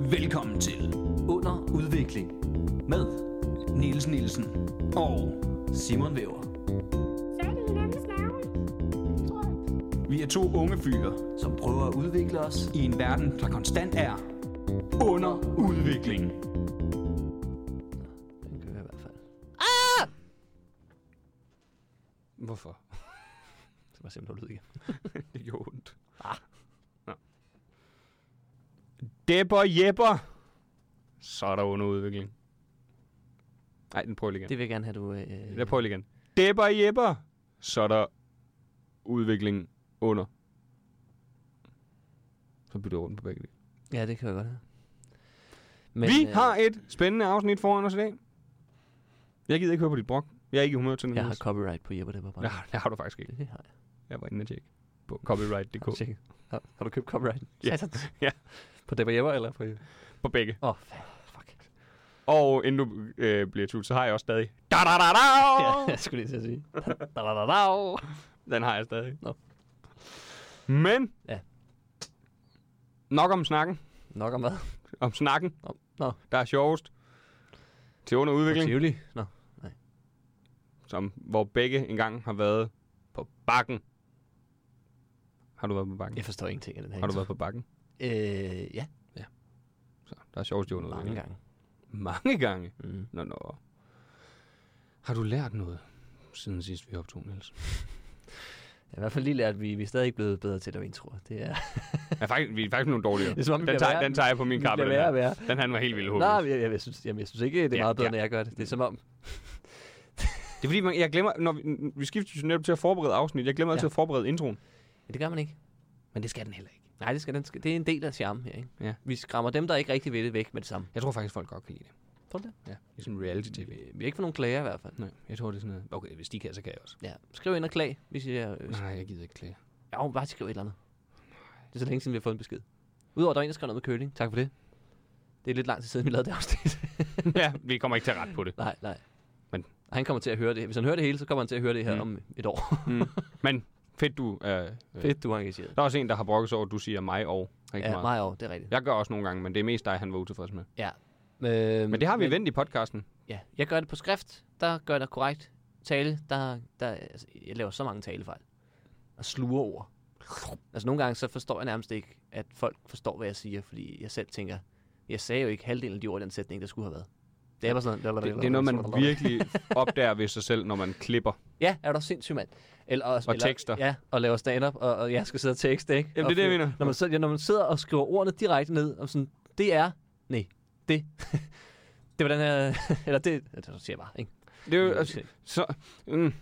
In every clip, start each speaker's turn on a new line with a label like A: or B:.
A: Velkommen til
B: Under udvikling med
A: Niels Nielsen og
B: Simon Væver,
C: Sagde de hinandens navne? Tror jeg.
A: vi er to unge fyre
B: som prøver at udvikle os.
A: i en verden, der konstant er under udvikling.
B: Den gør jeg i hvert fald.
A: Hvorfor?
B: Det var simpelthen lyd igen.
A: Det gjorde ondt. Ah. Depper jepper. Så er der under udvikling. Nej, den prøver jeg lige
B: Det vil jeg gerne have, du... Øh,
A: igen. Jeg prøver lige igen. Depper jepper. Så er der udvikling under. Så bytter jeg rundt på begge dele.
B: Ja, det kan jeg godt have.
A: Men, vi øh, har et spændende afsnit foran os i dag. Jeg gider ikke høre på dit brok. Jeg er ikke i humør til noget.
B: Jeg har copyright på Jeppe Depper.
A: Nej, det har du faktisk ikke.
B: Det har jeg.
A: Jeg var inde og tjekke på copyright.dk.
B: Har du, tjekket? har, har du købt copyright?
A: Ja.
B: Satans.
A: Ja.
B: På Depper Jeppe eller på Jeppe?
A: på begge.
B: Åh, oh, fuck.
A: Og inden du øh, bliver tult, så har jeg også stadig... Da, da, da, da!
B: Ja, jeg skulle lige til at sige. Da, da, da, da.
A: Den har jeg stadig.
B: Nå.
A: Men...
B: Ja.
A: Nok om snakken.
B: Nok om hvad?
A: Om snakken,
B: Nå, nå.
A: der er sjovest. Til under udvikling,
B: Tivoli. Nå.
A: som, hvor begge engang har været på bakken. Har du været på bakken?
B: Jeg forstår ingenting af den her.
A: Har du
B: intro.
A: været på bakken?
B: Øh, ja.
A: Så, der er sjovest i under
B: Mange
A: udvikling.
B: gange.
A: Mange gange.
B: Mm.
A: Nå, nå. Har du lært noget, siden sidst vi optog, Niels?
B: Jeg har i hvert fald lige lært, at vi, vi er stadig ikke blevet bedre til at lave introer. Det er,
A: Ja, faktisk, vi er faktisk nogle dårligere.
B: Det er som om, vi
A: den,
B: bliver
A: tager,
B: værre.
A: den tager jeg på min
B: Vi
A: kappe, den,
B: bliver værre og
A: her.
B: værre.
A: den han var helt vildt
B: Nej,
A: håbløs.
B: jeg, jeg, jeg, synes, jamen, jeg synes ikke, det
A: Ja,
B: er ja, meget bedre,
A: ja.
B: ja. end jeg gør det. Det er som om,
A: Det er fordi, man, jeg glemmer, når vi, vi skifter jo netop til at forberede afsnit, jeg glemmer altid
B: Ja.
A: at forberede introen.
B: ja, det gør man ikke.
A: Men det skal den heller ikke.
B: Nej, det, skal, den skal, det er en del af charmen her, ikke?
A: Ja.
B: Vi skræmmer dem, der ikke rigtig ved det, væk med det samme.
A: Jeg tror faktisk, folk godt kan lide det.
B: Tror du det?
A: Ja, det er sådan reality-tv.
B: Vi, vi har ikke fået nogen klager i hvert fald.
A: Nej, jeg tror, det er sådan noget. Okay, hvis de kan, så kan jeg også.
B: Ja. Skriv ind og klag, hvis I er... Øh,
A: Nej, jeg gider ikke klage.
B: ja, bare skriv et eller andet. Det er så længe siden, vi har fået en besked. Udover, at der er en, der skrev noget med køling. Tak for det. Det er lidt lang tid siden, vi lavede det afsnit.
A: ja, vi kommer ikke til at rette på det.
B: nej, nej.
A: Men-
B: Og han kommer til at høre det. Hvis han hører det hele, så kommer han til at høre det her
A: Mm.
B: mm. om et år.
A: Men fedt, du er... Øh,
B: Fedt, du er engageret.
A: Der er også en, der har brokket sig over, at du siger mig og rigtig
B: Ja,
A: meget.
B: meget over, det er rigtigt.
A: Jeg gør også nogle gange, men det er mest dig, han var utilfreds med.
B: Ja. Øh,
A: Men det har vi vendt i podcasten.
B: Ja, jeg gør det på skrift, der gør jeg det korrekt. Tale, der, der altså, jeg laver så mange talefejl. Og sluger ord. Altså nogle gange, så forstår jeg nærmest ikke, at folk forstår, hvad jeg siger, fordi jeg selv tænker, jeg sagde jo ikke halvdelen af de ord i den sætning, der skulle have været. Det er bare sådan
A: Det, det er noget, man virkelig opdager ved sig selv, når man klipper.
B: Ja, er du sindssyg, mand? Eller, også,
A: Og tekster.
B: Ja, og laver stand-up, og, og jeg skal sidde og tekste, ikke?
A: Jamen,
B: Og
A: det er det, jeg
B: fø-
A: mener.
B: Når man, sidder, ja, når man sidder og skriver ordene direkte ned, og sådan, det er, nej, det, det var den her, eller det, det siger jeg bare, ikke?
A: Det er jo, altså, så, mm,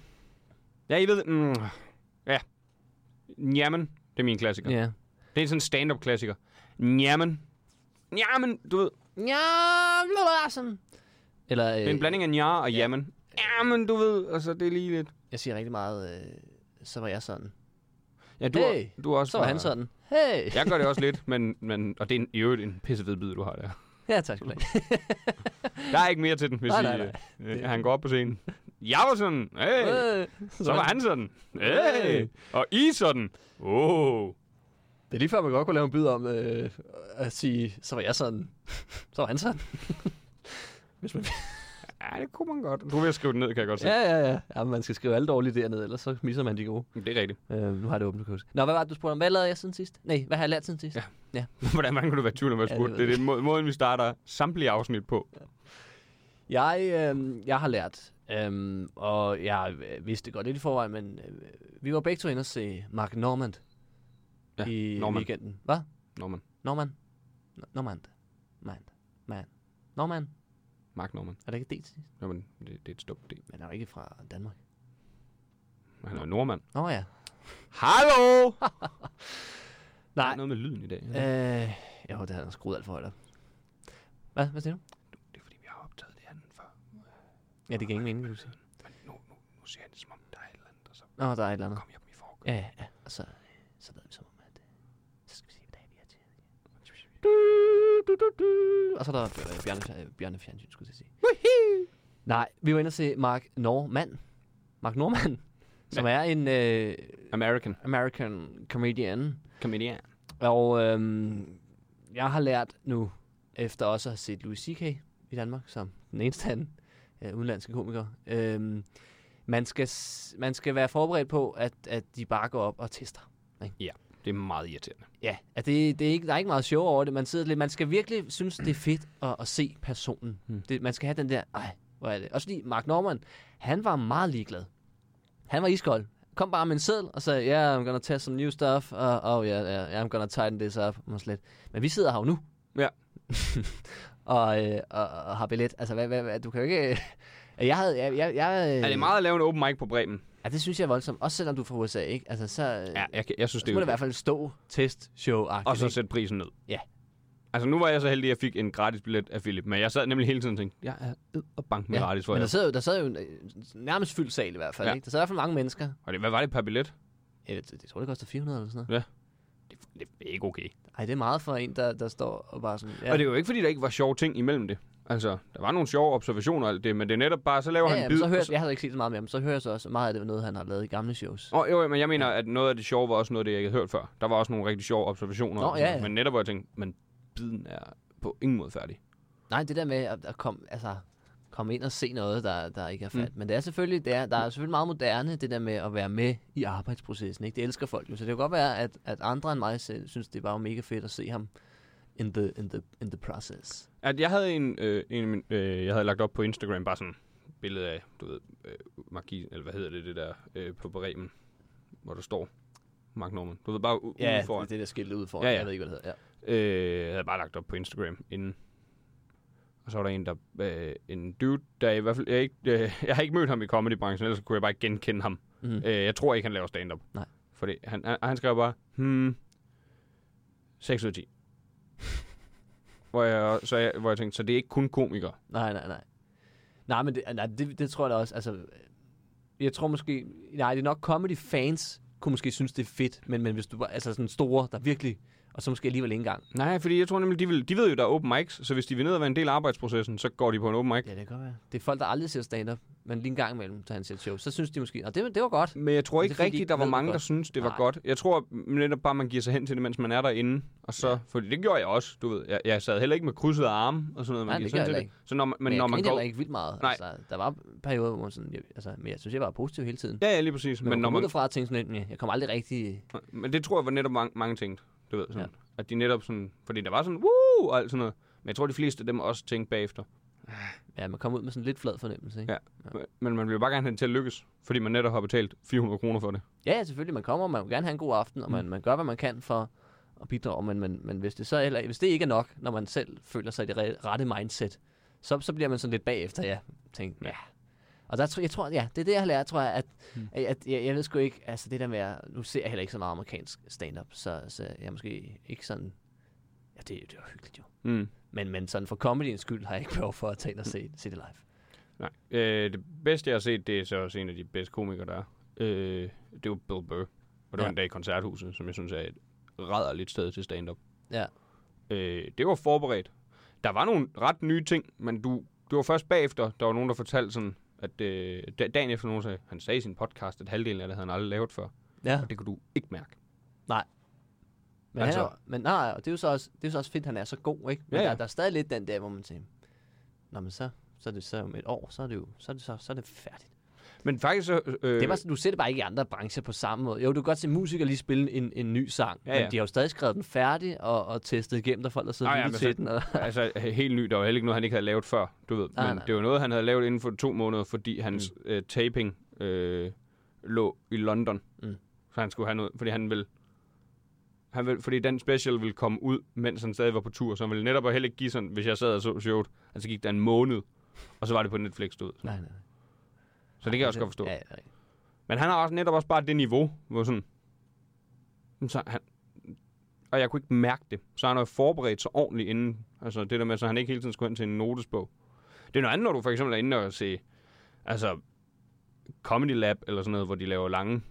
A: ja, I ved, det, mm, ja, jamen, det er min klassiker.
B: Ja.
A: Det er sådan en stand-up klassiker. Jamen, jamen, du ved,
B: Ja, Larsen. Eller, øh,
A: det er en blanding af nja og
B: ja.
A: jamen. Jamen, du ved, altså, det er lige lidt.
B: Jeg siger rigtig meget, øh, så var jeg sådan.
A: Ja, du,
B: Hey,
A: er- du er også
B: Så var
A: fra-
B: han sådan. Hey!
A: Jeg gør det også lidt, men, men og det er en, i øvrigt en pissefed bid, du har der.
B: Ja, tak skal du have.
A: Der er ikke mere til den, hvis
B: Nej,
A: I,
B: nej, nej.
A: Øh, han går op på scenen. Jeg var sådan, hey,
B: Øh,
A: så var han sådan, hey, og I sådan, åh. Oh.
B: Det er lige før, man godt kunne lave en bid om øh, at sige, så var jeg sådan. så var han sådan. Hvis man...
A: Ja, det kunne man godt. Du er ved at skrive det ned, kan jeg godt se.
B: Ja, ja, ja. ja man skal skrive alle dårlige dernede, ellers så misser man de gode.
A: Det er rigtigt.
B: Øh, nu har jeg det åbent kurs. Nå, hvad var det, du spurgte om? Hvad lavede jeg siden sidst? Nej, hvad har jeg lært siden sidst?
A: Ja.
B: Ja.
A: Hvordan man kunne du være i tvivl om, hvad jeg
B: Ja,
A: spurgte?
B: det
A: Det
B: ved
A: er den må- måden, vi starter samtlige afsnit på.
B: Jeg, øh, jeg har lært, øh, og jeg øh, vidste det godt lidt i forvejen, men øh, vi var begge to inde og se Mark Normand. ja, i Norman. weekenden. Hvad?
A: Norman.
B: Norman? N- Normand. Mand. Mand. Norman.
A: Mark Norman.
B: Er der ikke et D til? sidst?
A: Jamen, det, det er et stumt det.
B: Men han er jo ikke fra Danmark.
A: Han er nordmand.
B: Nå ja.
A: Hallo! Der
B: Nej.
A: er noget med lyden i dag. Ja.
B: Øh, jo, det havde han skruet alt for højt op. Hvad? Hvad siger du?
A: Det er fordi, vi har optaget det andet før.
B: Ja, det gav ingen mening, vil du sige.
A: Men nu, nu, nu ser jeg det, som om der er et eller andet, og så
B: Nå, der er et eller andet.
A: kom jeg dem i forgårs.
B: Ja, ja, ja. Og så, så ved vi som om, at øh, så skal vi se, hvad dag vi er til. Og så er der øh, Bjarne, øh, Bjarne Fjernsyn, skulle jeg til at sige. Nej, vi var inde og se Mark Norman. Mark Norman, som er en øh,
A: American
B: American comedian.
A: Comedian.
B: Og øhm, jeg har lært nu, efter også at have set Louis C.K. i Danmark, som den eneste anden øh, udenlandske komiker. Øhm, man, skal, s- man skal være forberedt på, at, at de bare går op og tester.
A: Det er meget irriterende.
B: Ja, at det, det er ikke, der er ikke meget sjov over det. Man, sidder lidt, man skal virkelig synes, det er fedt at, at se personen.
A: Mm.
B: Det, man skal have den der, ej, hvor er det. Også fordi Mark Norman, han var meget ligeglad. Han var iskold. Kom bare med en seddel og sagde, yeah, I'm gonna test some new stuff. Uh, oh yeah, yeah, I'm gonna tighten this up. Og slet. Men vi sidder her jo nu.
A: Ja.
B: og, øh, og, og, har billet. Altså, hvad, hvad, hvad, du kan jo ikke... Jeg havde, jeg, jeg, jeg,
A: Er det meget at lave en open mic på Bremen?
B: Ja, det synes jeg er voldsomt. Også selvom du er fra USA, ikke? Altså, så,
A: Ja, jeg, kan- jeg synes,
B: så
A: det
B: må
A: er
B: det i hvert
A: det
B: fald stå test show
A: Og så sætte prisen ned.
B: Ja.
A: Altså, nu var jeg så heldig, at jeg fik en gratis billet af Philip, men jeg sad nemlig hele tiden og tænkte, jeg er ed og bank med ja, gratis, for
B: men der
A: jeg.
B: sad, jo, der sad jo en, øh, nærmest fyldt sal i hvert fald.
A: Ja.
B: Ja. Ikke? Der sad i hvert fald mange mennesker.
A: Og det, hvad var det per billet?
B: Jeg, ved, jeg tror, det koster 400 eller sådan noget.
A: Det, det er ikke okay.
B: Ej, det er meget for en, der, der står og bare sådan...
A: Ja. Og det er jo ikke, fordi der ikke var sjove ting imellem det. Altså, der var nogle sjove observationer og alt det, men det er netop bare, så laver
B: ja,
A: han
B: ja,
A: en
B: men
A: bid.
B: så hører,
A: og
B: jeg havde ikke set så meget med ham, så hører jeg så også meget af det var noget, han har lavet i gamle shows.
A: Åh, oh, jo, jo, men jeg mener, at noget af det sjove var også noget, det jeg ikke havde hørt før. Der var også nogle rigtig sjove observationer.
B: Nå,
A: og sådan
B: ja,
A: noget,
B: ja.
A: Men netop, hvor jeg tænkte, men biden er på ingen måde færdig.
B: Nej, det der med at, at komme, altså, komme ind og se noget, der, der ikke er fat. Mm. Men det er selvfølgelig, det er, der er selvfølgelig meget moderne, det der med at være med i arbejdsprocessen. Ikke? Det elsker folk jo, så det kan godt være, at, at andre end mig selv synes, det var mega fedt at se ham in the, in the, in the process.
A: At jeg havde en, øh, en af min, øh, jeg havde lagt op på Instagram, bare sådan et billede af, du ved, øh, Marki, eller hvad hedder det, det der øh, på Bremen, hvor der står Mark Norman. Du ved, bare u-
B: Ja,
A: udenfor.
B: det, det der skilt ud foran,
A: Ja,
B: ja,
A: ja.
B: ja. jeg ved ikke, hvad det hedder. Ja.
A: Øh, jeg havde bare lagt op på Instagram inden. Og så var der en, der, øh, en dude, der i hvert fald, jeg, ikke, øh, jeg har ikke mødt ham i comedybranchen, ellers kunne jeg bare ikke genkende ham.
B: Mm.
A: Øh, jeg tror ikke, han laver stand-up.
B: Nej.
A: Fordi han, han, han skrev bare, hmm, 6 ud af 10. hvor, jeg, så jeg, hvor jeg tænkte, så det er ikke kun komikere.
B: Nej, nej, nej. Nej, men det, nej, det, det tror jeg da også. Altså, øh, jeg tror måske... Nej, det er nok comedy fans kunne måske synes, det er fedt, men, men hvis du bare... Altså sådan store, der virkelig... Og så måske alligevel ikke engang.
A: Nej, fordi jeg tror nemlig, de, vil, de ved jo, der er open mics, så hvis de vil ned og være en del af arbejdsprocessen, så går de på en open mic.
B: Ja, det kan godt være. Det er folk, der aldrig ser stand-up, men lige en gang imellem tager han til et show. Så synes de måske... Og det, det var godt.
A: Men jeg tror
B: Men
A: ikke
B: det er fordi, de
A: rigtigt,
B: ikke
A: der var
B: ved det
A: mange, der
B: godt.
A: synes det var
B: Nej.
A: godt. Jeg tror netop bare, man giver sig hen til det, mens man er derinde. Og så, ja.
B: Ja.
A: Fordi det gjorde jeg også, du ved. Jeg, jeg sad heller ikke med krydsede arme og sådan noget. Man
B: Nej,
A: giver
B: det
A: sig hen
B: gør jeg
A: til
B: heller
A: Så når man, men
B: jeg
A: når man
B: grinte
A: går...
B: heller ikke vildt meget.
A: Nej.
B: Altså, der var perioder, hvor man sådan... Jeg, altså, men jeg synes, jeg var positiv hele tiden.
A: Ja, ja, lige præcis.
B: Men,
A: Men, når
B: man...
A: man,
B: kom udefra og tænkte sådan, lidt, "Næ, jeg kommer aldrig rigtig...
A: men det tror jeg var netop mange, mange tænkte, du ved. Sådan,
B: Ja.
A: At de netop sådan... Fordi der var sådan, woo, og alt sådan noget. Men jeg tror, de fleste af dem også tænkte bagefter.
B: Ja, man kom ud med sådan en lidt flad fornemmelse, ikke?
A: Ja. Men man vil jo bare gerne have det til at lykkes, fordi man netop har betalt 400 kroner for det.
B: Ja, ja, selvfølgelig. Man kommer, man vil gerne have en god aften, og man, man gør, hvad man kan for at bidrage. Men, men, men hvis, det så heller, hvis det ikke er nok, når man selv føler sig i det re- rette mindset, så, så bliver man sådan lidt bagefter, ja. Tænk, ja. Mm. Og der, tror- jeg tror, ja, det er det, jeg har lært, tror jeg, at, at, at jeg, jeg ved sgu ikke, altså det der med, at, nu ser jeg heller ikke så meget amerikansk stand-up, så, så jeg er måske ikke sådan, ja, det, det er jo hyggeligt jo.
A: Mm.
B: Men, men sådan for comedyens skyld har jeg ikke behov for at tage ind og se, se det live.
A: Nej. Øh, det bedste, jeg har set, det er så også en af de bedste komikere, der er. Øh, det var Bill Burr. Og det ja. var
B: Ja.
A: en dag i koncerthuset, som jeg synes er et rædderligt sted til stand-up.
B: Ja.
A: Øh, det var forberedt. Der var nogle ret nye ting, men du, det var først bagefter, der var nogen, der fortalte sådan, at øh, da- dagen efter nogen sagde, han sagde i sin podcast, at halvdelen af det havde han aldrig lavet før.
B: Ja.
A: Og det kunne du ikke mærke.
B: Men,
A: Altså-
B: altså. han er, jo- men nej, og det er jo så også, det er jo så også fedt, at han er så god, ikke? Men
A: Ja, ja.
B: ja, ja. Der, der, er stadig lidt den der, hvor man tænker, Nå, men så, så er det så om et år, så er det jo så er det, så, så er det færdigt.
A: Men faktisk så... Øh,
B: Øh. Det var, du ser det bare ikke i andre brancher på samme måde. Jo, du kan godt se musikere lige spille en, en ny sang,
A: Ja,
B: ja, ja.
A: ja.
B: men de har jo stadig skrevet den færdig og, og testet igennem, der er folk der sidder
A: Ah,
B: ah,
A: ja,
B: ja,
A: men
B: til
A: så-
B: den. Og,
A: altså helt ny, der var heller ikke noget, han ikke havde lavet før, du ved.
B: Nej,
A: Men
B: nej.
A: det var noget, han havde lavet inden for to måneder, fordi hans mm. øh, taping øh, lå i London. Mm.
B: Mm.
A: Så han skulle have noget, fordi han ville, han ville, fordi den special ville komme ud, mens han stadig var på tur, så han ville netop og heller ikke give sådan, hvis jeg sad og så showet, altså så gik der en måned, og så var det på Netflix, du ved.
B: nej, nej, nej.
A: Så det kan jeg også godt forstå.
B: Ja, ja, det er rigtigt.
A: Men han har også netop også bare det niveau, hvor sådan... Jamen, Så han, og jeg kunne ikke mærke det. Så han har jo forberedt sig ordentligt inden. Altså det der med, så han ikke hele tiden skulle hen til en notesbog. Det er noget andet, når du for eksempel er inde og se... Altså... Comedy Lab eller sådan noget, hvor de laver lange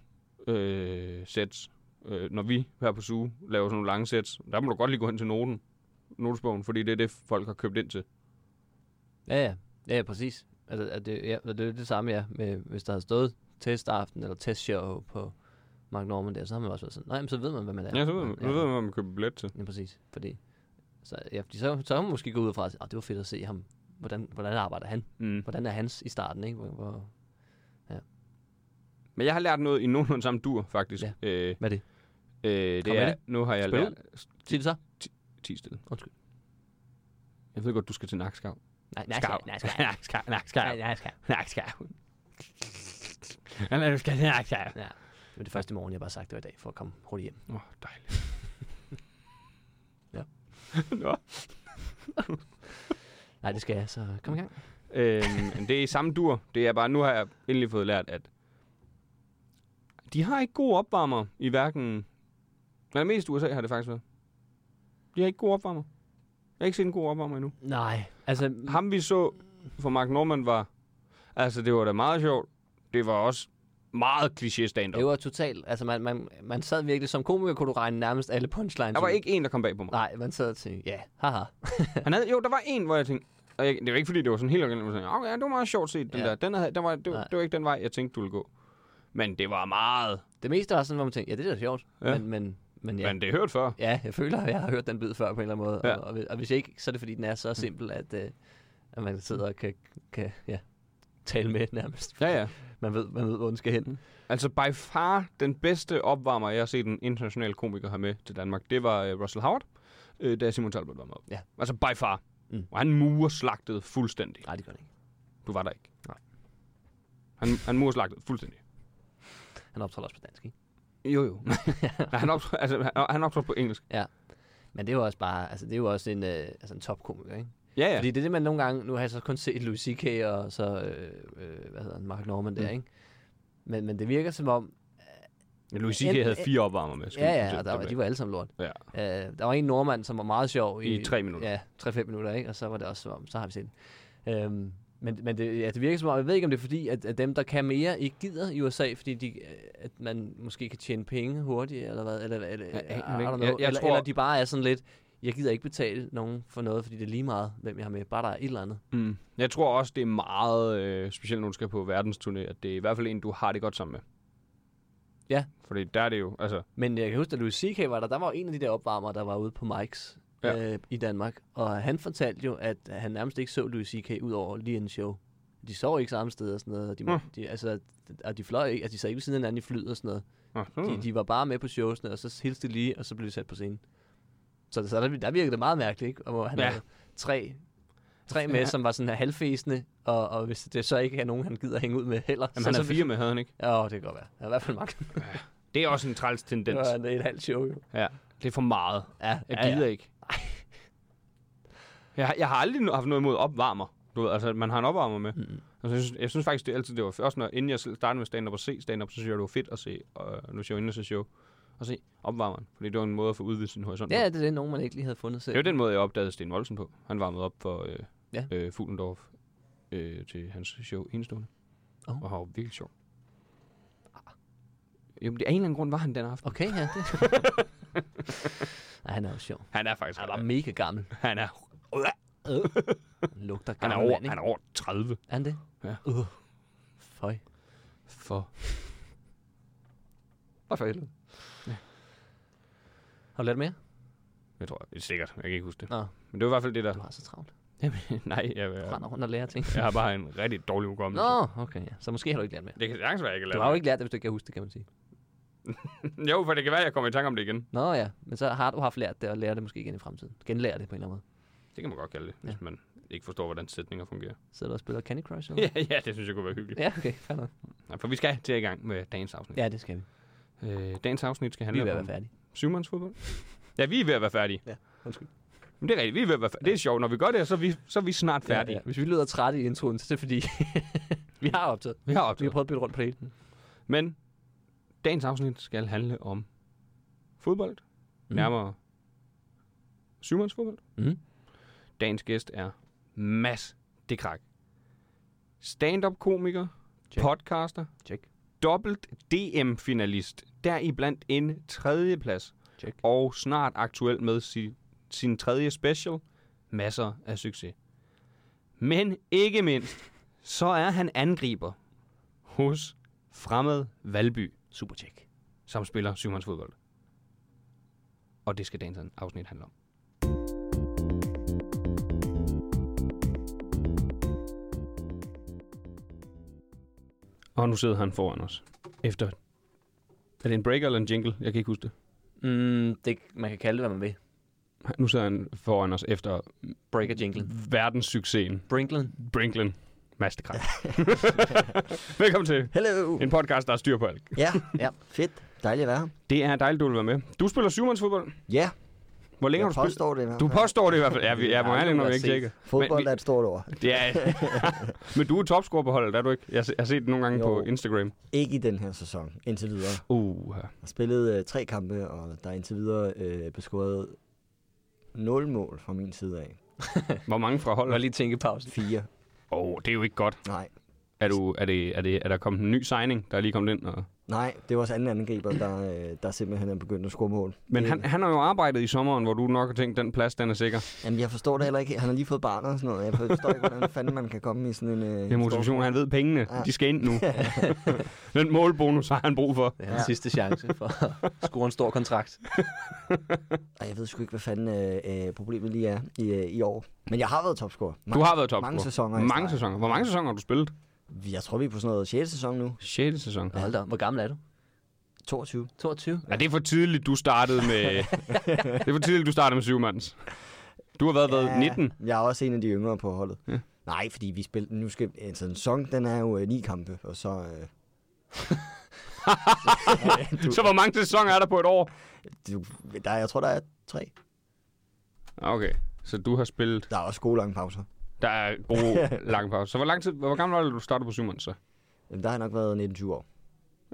A: øh, sets. Øh, når vi her på SU laver sådan nogle lange sets, der må du godt lige gå hen til noten. Notesbogen, fordi det er det, folk har købt ind til.
B: ja, ja. ja, ja præcis. Altså, at det, ja, det er jo det samme, ja, med, hvis der havde stået testaften eller testshow på Mark Norman der, så har man også været sådan, nej, men så ved man, hvad man er.
A: Ja, så ved man, ja. ved man hvad man køber billet til.
B: Ja, præcis. Fordi Så, ja, fordi så, så har man måske gået ud fra, at "Ah, det var fedt at se ham. Hvordan, hvordan arbejder han?
A: Mm.
B: Hvordan er hans i starten? Ikke? Hvor, hvor,
A: Men jeg har lært noget i nogenlunde samme dur, faktisk.
B: Ja.
A: Øh,
B: hvad er det?
A: øh, det
B: Kom med
A: er,
B: det.
A: Nu har jeg
B: Spil
A: lært...
B: Sig det så.
A: 10 stille.
B: Undskyld.
A: Jeg ved godt, du skal til nakskav.
B: Nej, nej,
A: Skav.
B: skal- nej, skal-
A: Nej, skal, nej, skal,
B: nej, nej, skal.
A: nej, skal. Nej, du skal til nakskav.
B: Ja. Det var det første morgen, jeg bare sagt, det var i dag, for at komme hurtigt hjem.
A: Åh, oh, dejligt.
B: Ja.
A: Nå.
B: Nej, det skal jeg, så kom i gang.
A: Øhm, men det er i samme dur. Det er bare, nu har jeg endelig fået lært, at de har ikke gode opvarmer i hverken... Nej, mest USA har det faktisk været. De har ikke gode opvarmer. Jeg har ikke set en god opvarmer endnu.
B: Nej, altså...
A: Ham vi så for Mark Norman var... Altså, det var da meget sjovt. Det var også meget kliché stand
B: Det var totalt... Altså, man, man, man sad virkelig... Som komiker kunne du regne nærmest alle punchlines
A: Der var
B: ud.
A: ikke en, der kom bag på mig.
B: Nej, man sad og tænkte, ja, haha.
A: Han havde, jo, der var en, hvor jeg tænkte... Og jeg, det var ikke, fordi det var sådan helt originalt. men Jeg tænkte, okay, det var meget sjovt set, den
B: Ja.
A: ja. der. Den havde, den var, det, var,
B: Nej.
A: det var ikke den vej, jeg tænkte, du ville gå. Men det var meget...
B: Det meste var sådan, hvor man tænkte, ja, det er da sjovt.
A: Ja.
B: Men, men, men ja.
A: Men det er hørt før.
B: Ja, jeg føler, at jeg har hørt den bid før på en eller anden måde.
A: Ja.
B: Og, og, hvis- og, hvis ikke, så er det fordi, den er så simpel, at, øh, at man sidder og kan, kan ja, tale med nærmest.
A: Ja, ja.
B: Man ved, man ved, hvor den skal hen.
A: Altså, by far, den bedste opvarmer, jeg har set en international komiker have med til Danmark, det var øh, Russell Howard, øh, da Simon Talbot var med.
B: Ja.
A: Altså, by far.
B: Mm.
A: Mm. Og han murslagtede fuldstændig.
B: Nej, det gør det ikke.
A: Du var der ikke. Nej. Han, han murslagtede fuldstændig.
B: Han optræder også på dansk, ikke?
A: Jo, jo. Nej, han optrådte altså, han- han optrådte på engelsk.
B: Men det er jo også bare, altså det er jo også en, øh, altså en topkomiker, ikke?
A: Ja,
B: Ja.
A: ja.
B: Fordi det er det, man nogle gange, nu har jeg så kun set Louis C.K. og så, øh, øh, hvad hedder han, Mark Norman der,
A: Mm.
B: ikke? Men, men det virker som om,
A: Men Louis
B: Enten-
A: C.K. havde fire opvarmer med. skal vi
B: øh, Ja,
A: sige.
B: ja, og der, var- de var alle sammen lort.
A: Ja.
B: Øh, der var en nordmand, som var meget sjov. I,
A: I tre minutter.
B: Ja, 3-5 minutter, ikke? Og så var det også som om, så har vi set det. Øhm, men, men det, ja, det virker som om, jeg ved ikke, om det er fordi, at, at dem, der kan mere, ikke gider i USA, fordi de, øh, at man måske kan tjene penge hurtigt, eller hvad, eller, eller,
A: Jeg aner
B: I
A: det
B: don't
A: ikke.
B: know,
A: Jeg- jeg
B: eller,
A: tror-
B: eller de bare er sådan lidt, jeg gider ikke betale nogen for noget, fordi det er lige meget, hvem jeg har med, bare der er et eller andet.
A: Mm. Jeg tror også, det er meget, øh, specielt når du skal på verdensturné, at det er i hvert fald en, du har det godt sammen med.
B: Ja.
A: Fordi der er det jo, altså...
B: Men jeg kan huske, da Louis C.K. var der, der var jo en af de der opvarmere, der var ude på Mike's ja.
A: Ja.
B: øh, i Danmark. Og han fortalte jo, at han nærmest ikke så Louis C.K. ud over lige en show. De sov ikke samme sted og sådan noget. Og de,
A: Nå.
B: de, altså, og de fløj ikke, altså de sad ikke ved siden af hinanden i flyet og sådan noget.
A: Nå,
B: De, de var bare med på showsene, og så hilste de lige, og så blev de sat på scenen. Så, så der, der virkede det meget mærkeligt, ikke? Og hvor han ja.
A: Ja.
B: havde tre, tre med,
A: Ja.
B: som var sådan her halvfæsende, og, og hvis det så ikke er nogen, han gider hænge ud med heller.
A: Jamen,
B: så,
A: han
B: så
A: er fire med, havde han ikke?
B: Ja, åh, det kan godt være. Ja, i hvert fald Mark.
A: Det er også en træls
B: Det
A: tendens.
B: var et halvt show, jo.
A: Ja, det er for meget.
B: Ja,
A: Jeg
B: ja, ja.
A: gider ikke. Jeg, har- jeg har aldrig haft noget imod opvarmer. Du ved, altså, man har en opvarmer med.
B: Mm.
A: Altså, jeg, synes, jeg synes faktisk, det er altid, det var fedt. Også når, inden jeg selv startede med stand-up og se stand-up, så synes jeg, det var fedt at se, og øh, nu ser jeg inden jeg ser show, og se opvarmeren. Fordi det var en måde at få udvidet sin horisont. på.
B: Ja, det er det, nogen man ikke lige havde fundet selv.
A: Det er jo den måde, jeg opdagede Sten Wolsen på. Han varmede op for øh,
B: Ja.
A: ja. øh, Fuglendorf øh, til hans show Enestående.
B: Åh.
A: Oh. Og har jo virkelig sjovt. Jamen, det er en eller anden grund, var han den aften.
B: Okay, ja. Det. Ej, han er jo sjov.
A: Han er faktisk
B: Han var mega gammel.
A: han er,
B: Øh. Han lugter
A: han er,
B: gammel
A: over,
B: mand, ikke?
A: han er over 30.
B: Er han det?
A: Ja.
B: Uh. Føj.
A: For.
B: Bare for helvede. Har du lært mere?
A: Jeg tror, det er sikkert. Jeg kan ikke huske det.
B: Nå.
A: Men det var i hvert fald det
B: Du
A: der.
B: har så travlt.
A: Jamen, nej, jeg,
B: Du
A: jeg,
B: render rundt og lærer ting.
A: jeg har bare en rigtig dårlig hukommelse.
B: Nå, okay, ja. Så måske har du ikke lært mere.
A: Det kan sagtens være, jeg ikke
B: Du har jo ikke lært det, hvis du ikke kan huske det, kan man sige.
A: det. Jo, for det kan være, jeg kommer i tanke om det igen.
B: Nå ja, men så har du haft lært det, og lærer det måske igen i fremtiden. Genlærer det på en eller anden måde.
A: Det kan man godt kalde det,
B: Ja.
A: hvis man ikke forstår, hvordan sætninger fungerer.
B: Så du og spiller Candy Crush? Eller?
A: Ja, ja, det synes jeg kunne være hyggeligt.
B: ja, okay, fair nok.
A: Nej, for vi skal til i gang med dagens afsnit.
B: Ja, det skal vi.
A: Øh, dagens afsnit skal
B: Vi er
A: handle
B: ved at
A: om
B: være færdige.
A: syvmandsfodbold. Ja, vi er ved at være færdige.
B: Undskyld.
A: Men det er rigtigt, vi er ved at være færdige. Det er sjovt, når vi gør det, så er vi, så er vi snart færdige. Ja,
B: Ja, ja. Hvis vi lyder trætte i introen, så er det fordi, vi har optaget.
A: ja. Vi har
B: Vi har
A: optaget.
B: prøvet at bytte rundt på det hele.
A: Men dagens afsnit skal handle om fodbold. Mm. Nærmere syvmandsfodbold.
B: Mm.
A: Dagens gæst er Mads de Krak. Stand-up-komiker,
B: Check.
A: podcaster,
B: Check.
A: dobbelt DM-finalist, deriblandt en tredjeplads
B: Check.
A: og snart aktuel med sin, sin tredje special. Masser af succes. Men ikke mindst, så er han angriber hos Fremad Valby,
B: Super check.
A: som spiller syvmandsfodbold. Og det skal dagens afsnit handle om. Og nu sidder han foran os. Efter... Er det en breaker eller en jingle? Jeg kan ikke huske det.
B: Mm, det, man kan kalde det, hvad man vil.
A: Nu sidder han foran os efter
B: Breaker jinglen.
A: verdenssuccesen.
B: Brinklen.
A: Brinklen. Mastercard. Velkommen til
D: Hello.
A: en podcast, der er styr på alt.
D: Ja,
B: Ja.
D: fedt. Dejligt at være her.
A: Det er dejligt, du vil være med. Du spiller syvmandsfodbold.
D: Ja,
A: Hvor længe
D: jeg
A: har du spillet?
D: påstår det i hvert
A: Du
D: fald.
A: påstår det i hvert fald. Ja, vi, ja,
B: Jeg
A: må
B: har
A: ærligt,
B: aldrig
A: når vi ikke
B: set.
A: tjekker.
D: Fodbold
A: Men vi-
D: er et stort ord.
A: Det er... Men du er topscorer på holdet, er du ikke? Jeg har se- jeg har set det nogle gange
D: Jo.
A: på Instagram.
D: Ikke i den her sæson, indtil videre. Jeg
A: Uh,
D: har spillet øh, tre kampe, og der er indtil videre øh, beskåret 0 mål fra min side af.
A: hvor mange fra
B: Hold
A: holdet?
B: lige tænkepausen.
D: Fire.
A: Åh, oh, det er jo ikke godt.
D: Nej.
A: Er, du, er, det, er, det, er der kommet en ny signing, der er lige kommet ind? Og...
D: Nej, det er vores anden angriber, der, øh, der simpelthen er begyndt at score mål.
A: Men
D: Øh,
A: han, han har jo arbejdet i sommeren, hvor du nok har tænkt, den plads, den er sikker.
D: Jamen, jeg forstår det heller ikke. Han har lige fået barn og sådan noget. Jeg forstår ikke, hvordan fanden man kan komme i sådan en... Øh,
A: Det er motivation, han ved pengene.
D: Ja.
A: De skal ind nu. den målbonus har han brug for.
B: Det er hans sidste chance for at score en stor kontrakt.
D: Og jeg ved sgu ikke, hvad fanden øh, øh, problemet lige er i, øh, i år. Men jeg har været topscorer.
A: Du har været topscorer.
D: Mange sæsoner i
A: Mange
D: streg.
A: sæsoner. Hvor mange sæsoner har du spillet?
D: Jeg tror, vi er på sådan noget 6. sæson nu.
A: 6. sæson.
B: Hold da op. Hvor gammel er du?
D: 22.
B: 22?
A: Ja, det er for tidligt, du startede med... det er for tidligt, du startede med syvmands. Du har været, været 19.
D: Jeg er også en af de yngre på holdet.
A: Ja.
D: Ja. Nej, fordi vi spiller... Nu skal... Altså, en sæson, den er jo øh, ni kampe, og så... Øh,
A: Du... Så hvor mange sæsoner er der på et år?
D: du, der, jeg tror, der er tre.
A: Ah, Okay, så du har spillet...
D: Der er også gode lange pauser.
A: Der er gode lange pauser. Så hvor, lang tid, hvor gammel var det, du startede på syvmands så?
D: Jamen, der har jeg nok været 19-20 år.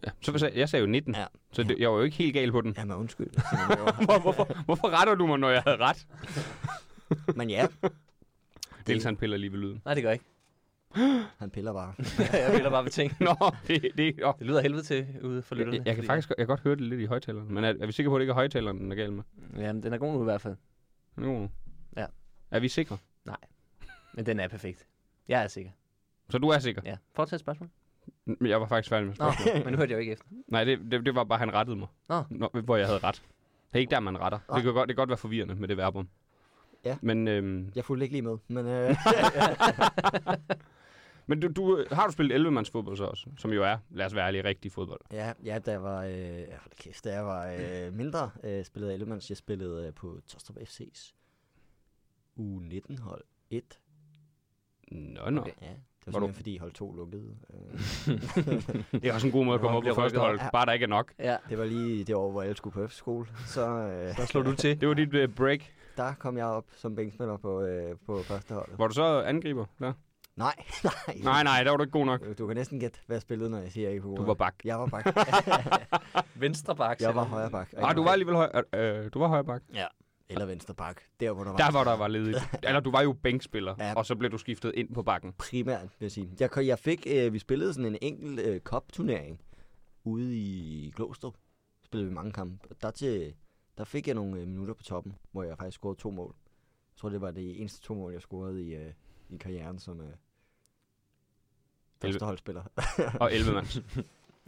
A: Ja, så jeg, jeg sagde jo 19, ja.
D: Ja.
A: så det, jeg var jo ikke helt gal på den.
D: Jamen, undskyld.
A: Hvor, hvorfor, hvorfor retter du mig, når jeg havde ret?
D: Men ja,
A: Dels han piller lige ved lyden.
B: Nej, det gør jeg ikke.
D: han piller bare.
B: jeg vil da bare ved ting.
A: Nå, det, det, oh.
B: Det lyder af helvede til ude for lytterne.
A: jeg, jeg, kan
B: fordi-
A: faktisk godt- jeg kan godt høre det lidt i højtaleren, men er, er vi sikre på, at det ikke er højtaleren, den er gal med?
B: Jamen, den er god nu i hvert fald.
A: Den er god nu.
B: Ja.
A: Er vi sikre?
B: Men den er perfekt. Jeg er sikker.
A: Så du er sikker?
B: Ja. Fortsæt spørgsmål.
A: Men Jeg var faktisk færdig med
B: Nå,
A: spørgsmålet.
B: men nu hørte jeg jo ikke efter.
A: Nej, det, det, det var bare, han rettede mig,
B: Nå.
A: Nå, hvor jeg havde ret. Det er ikke der, man retter. Det
D: Nej.
A: kan, godt, det kan godt være forvirrende med det verbum.
D: Ja.
A: Men, øhm,
D: Jeg fulgte ikke lige med, men... Øh,
A: men du, du, øh, har du spillet 11-mands fodbold så også? Som jo er, lad os være ærlige, rigtig fodbold.
D: Ja, ja da jeg var, øh, hold da kæft, da jeg var øh, mindre, øh, spillede jeg Ellemanns. Jeg spillede øh, på Tostrup FC's U19 hold 1.
A: Nå, nå. Okay.
B: Okay.
D: Ja, det var,
A: du-
D: var simpelthen fordi hold 2 lukkede. Øh,
A: Det er også en god måde at komme op på
B: bliver
A: første
B: rykket
A: hold.
D: op.
A: Bare der ikke er nok.
B: Ja.
D: det var lige det år, hvor alle skulle på F-skole. Så øh,
B: Så slog du til.
A: Det var dit øh, break.
D: der kom jeg op som bænkspiller på, øh, på første hold.
A: Var du så angriber? Der?
D: Nej, nej.
A: Nej, nej, der var du ikke god nok.
D: Du- Du kan næsten gætte, hvad jeg spillede, når jeg siger, at jeg ikke
A: Du var bak.
D: Jeg var bak.
B: Venstre bak.
D: jeg var højre bak.
A: Nej, Ah, du var alligevel høj, øh, du var højre bak.
D: Eller venstre bak. Der, hvor der var,
A: Der var der var ledigt. Eller du var jo bænkspiller,
D: Ja.
A: og så blev du skiftet ind på bakken.
D: primært, vil jeg sige. Jeg, jeg fik, øh, vi spillede sådan en enkelt øh, cup-turnering ude i Glostrup. Spillede vi mange kampe. Og Der, til, der fik jeg nogle øh, minutter på toppen, hvor jeg faktisk scorede to mål. Jeg tror, det var det eneste to mål, jeg scorede i, øh, i karrieren som øh, førsteholdsspiller.
A: Og 11 mands.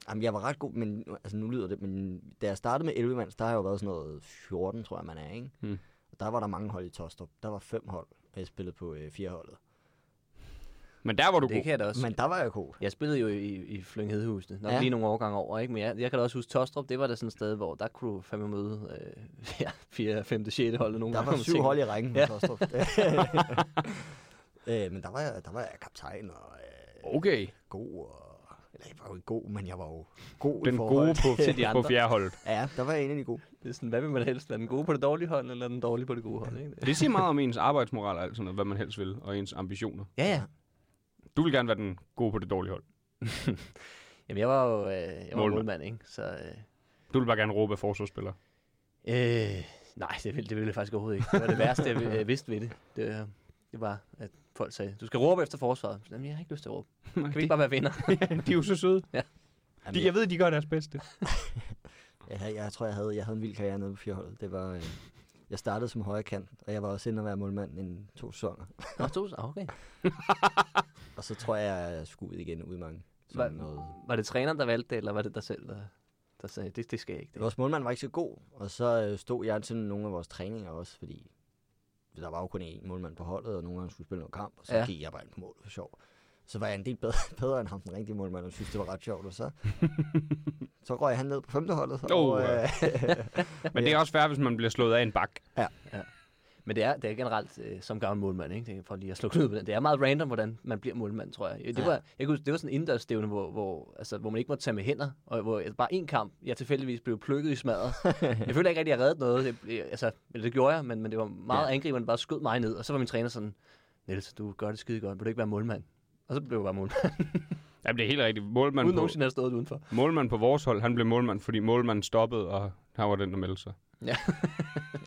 D: Jamen, jeg var ret god, men nu- altså, nu lyder det, men da jeg startede med 11 mands, der har jeg jo været sådan noget 14, tror jeg, man er, ikke?
A: Mm.
D: Og der var der mange hold i Tostrup. Der var fem hold, og jeg spillede på øh, fire holdet.
A: Men der var du
B: Det
A: god.
B: kan jeg da også.
D: Men der var jeg god.
B: Jeg spillede jo i, i Flynghedhusene, nok ja.
D: Ja.
B: lige nogle årgange over, ikke? Men jeg, jeg kan da også huske Tostrup, det var da sådan et sted, hvor der kunne du fandme møde øh, ja, 4, 5, 6 hold nogle
D: Der
B: gange.
D: var
B: og
D: syv
B: tænke,
D: hold i rækken
B: Ja.
D: ja. Tostrup. øh, men der var, jeg, der var jeg kaptajn og øh,
A: Okay.
D: god. Og, eller jeg var jo ikke god, men jeg var jo god
A: Den
D: i
A: gode på,
D: forhold.
B: til de
A: på
B: andre.
A: fjerde hold.
D: Ja, der var jeg en af de gode.
B: Det er sådan, hvad vil man helst? Være den gode på det dårlige hold, eller den dårlige på det gode hold, ikke?
A: Det siger meget om ens arbejdsmoral og alt sådan noget, hvad man helst vil, og ens ambitioner.
B: Ja, ja.
A: Du vil gerne være den gode på det dårlige hold.
B: Jamen, jeg var jo øh, jeg var
A: Målmand.
B: målmand. målmand, ikke? Så, øh,
A: Du vil bare gerne råbe af forsvarsspillere.
B: øh, nej, det ville, det ville jeg faktisk overhovedet ikke. Det var det værste, jeg øh, vidste ved det. Det, øh, det var, at folk sagde, du skal råbe efter forsvaret. Jamen, jeg har ikke lyst til at råbe. Kan vi ikke bare være venner?
A: de er jo så søde.
D: Jamen,
A: De, jeg ved, de gør deres bedste.
D: jeg, jeg, jeg, tror, jeg havde, jeg havde en vild karriere nede på fjerholdet. Det var, øh, jeg startede som højre kant, og jeg var også inde at være målmand i to sæsoner.
B: Nå, to, ah, okay.
D: Og så tror jeg, jeg skulle ud igen ud mange.
B: Hvad-
D: Sådan noget.
B: Var det træneren, der valgte det, eller var det dig selv, der, der sagde, det, det skal jeg ikke? Det.
D: Vores målmand var ikke så god, og så øh, stod jeg til nogle af vores træninger også, fordi der var jo kun én målmand på holdet, og nogle gange skulle spille noget kamp, og så
B: Ja.
D: ja. gik jeg bare ind på målet for sjov. Så var jeg en del bedre, bedre end ham, den rigtige målmand, og synes, det var ret sjovt. Og så, så røg han ned på femte holdet.
A: Oh,
D: og,
A: ja.
D: øh,
A: Men det er også fair, hvis man bliver slået af en bak.
B: Men det er, det er generelt øh, som gammel målmand, ikke? Det er For lige at slå knud på den. Det er meget random, hvordan man bliver målmand, tror jeg. Det,
D: Ja.
B: var, jeg kan huske, det var sådan en indendørsstævne, hvor, hvor, altså, hvor man ikke måtte tage med hænder, og hvor altså, bare en kamp, jeg tilfældigvis blev plukket i smadret. jeg føler ikke rigtig, at jeg reddede noget. Det, det- altså, eller det gjorde jeg, men, men det var meget ja. angriberne, der bare skød mig ned. Og så var min træner sådan, Niels, du gør det skide godt, vil du ikke være målmand? Og så blev jeg bare målmand,
A: Jamen, det er helt rigtigt. Målmand
B: uden
A: på,
B: nogensinde at have stået udenfor.
A: målmand på vores hold, han blev målmand, fordi målmanden stoppede, og han var den, der meldte sig.
B: Ja.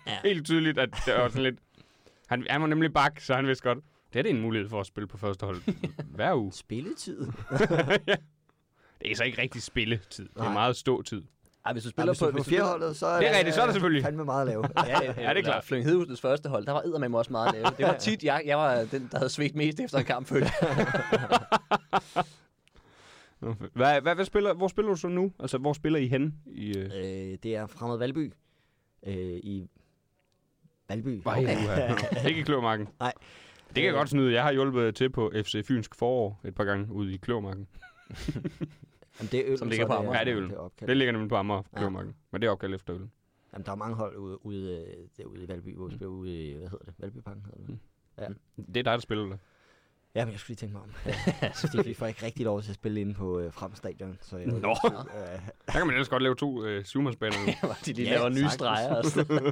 D: Ja.
A: Helt tydeligt, at det var sådan lidt... Han, han var nemlig bak, så han vidste godt, det er det en mulighed for at spille på første hold hver uge.
D: Spilletid.
A: Det er så ikke rigtig spilletid. Det er
D: Nej.
A: meget ståtid.
B: Ej, hvis du
D: Ja,
B: spiller
D: hvis du
B: på,
D: er på
B: hvis du spiller-
D: fjerdeholdet, så er
A: Det er rigtigt, så er det
D: øh,
A: selvfølgelig.
D: fandme meget lav.
B: Ja, ja,
A: det er klart.
B: Flemming Hedhusens første hold, der var eddermame også meget lave. Det var tit, jeg, jeg var den, der havde svedt mest efter en kamp, følte jeg.
A: Hvad, hvad, hvad spiller, hvor spiller du så nu? Altså, hvor spiller I hen? I, øh...
D: øh, det er fremad Valby. Øh, I Valby.
A: Ej, uha. ikke i Kløvermarken.
D: Nej.
A: Det kan jeg godt snyde. Jeg har hjulpet til på FC Fynsk Forår et par gange ude i Kløvermarken.
D: Jamen, det er øl,
B: Som ligger
D: så
B: på Amager.
A: Ja, det er øl.
D: Det er opkaldt.
A: Det ligger nemlig på Amager,
D: Ja.
A: Kløvermarken. Men det er opkaldt efter øl.
D: Jamen, der er mange hold ude, ude, øh, derude i Valby, hvor vi spiller ude i, hvad hedder det? Valbyparken hedder det.
A: Mm. Det er dig, der spiller det.
D: Ja, men jeg skulle lige tænke mig om. Jeg synes, vi får ikke rigtig lov til at spille inde på øh, Frem Stadion. Så jeg,
A: Nå.
D: Øh,
A: Der kan man ellers godt lave to øh, syvmandsbaner. nu.
B: Hvor de lige
D: Ja,
B: ja, laver nye
D: sagtens.
B: streger. Og sådan.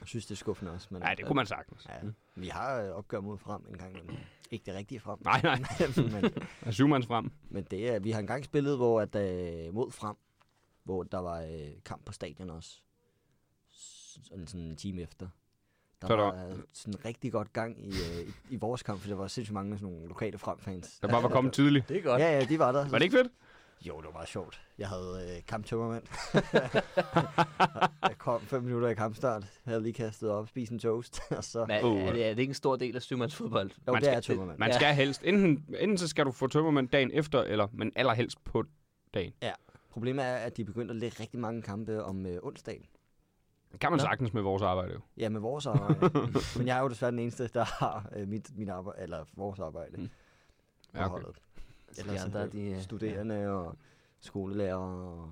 D: jeg synes, det er skuffende også. Men, øh,
A: Nej, det kunne man sagtens.
D: Ja, vi har øh, opgør mod Frem en gang, men ikke det rigtige Frem.
A: Nej, nej.
D: men,
A: Syvmands frem.
D: men det er, vi har engang spillet hvor at, øh, mod Frem, hvor der var øh, kamp på stadion også. Sådan, sådan en time efter. Der
A: Så
D: så
A: der-
D: var øh, sådan rigtig godt gang i, øh, i, i vores kamp, for der var sindssygt mange af sådan nogle lokale Frem-fans.
A: Der bare var kommet tidligt.
B: Det er godt. Ja.
D: Ja, ja, de var der.
A: Var det ikke fedt?
D: Jo, det var meget sjovt. Jeg havde øh, kamptømmermand. jeg kom fem minutter i kampstart, havde lige kastet op, spist en toast, og så...
B: Men
A: Uh.
B: er, det, er det ikke en stor del af syvmandsfodbold?
D: Jo,
A: man
D: det er
A: skal-
D: tømmermand.
A: Man skal helst. Enten, enten så skal du få tømmermænd dagen efter, eller, men allerhelst på dagen.
D: Problemet er, at de begyndte at lægge rigtig mange kampe om øh, onsdagen.
A: Det kan man
B: Nå.
A: sagtens med vores arbejde jo.
D: Ja, med vores arbejde. Men jeg er jo desværre den eneste, der har øh, mit, min arbejde, eller vores arbejde
A: Mm.
D: mm. på
A: Ja,
D: ja,
A: okay.
D: okay. holdet.
B: Så
D: Ellers
B: de
D: er
B: andre,
D: det
B: de, øh,
D: Studerende og skolelærer og...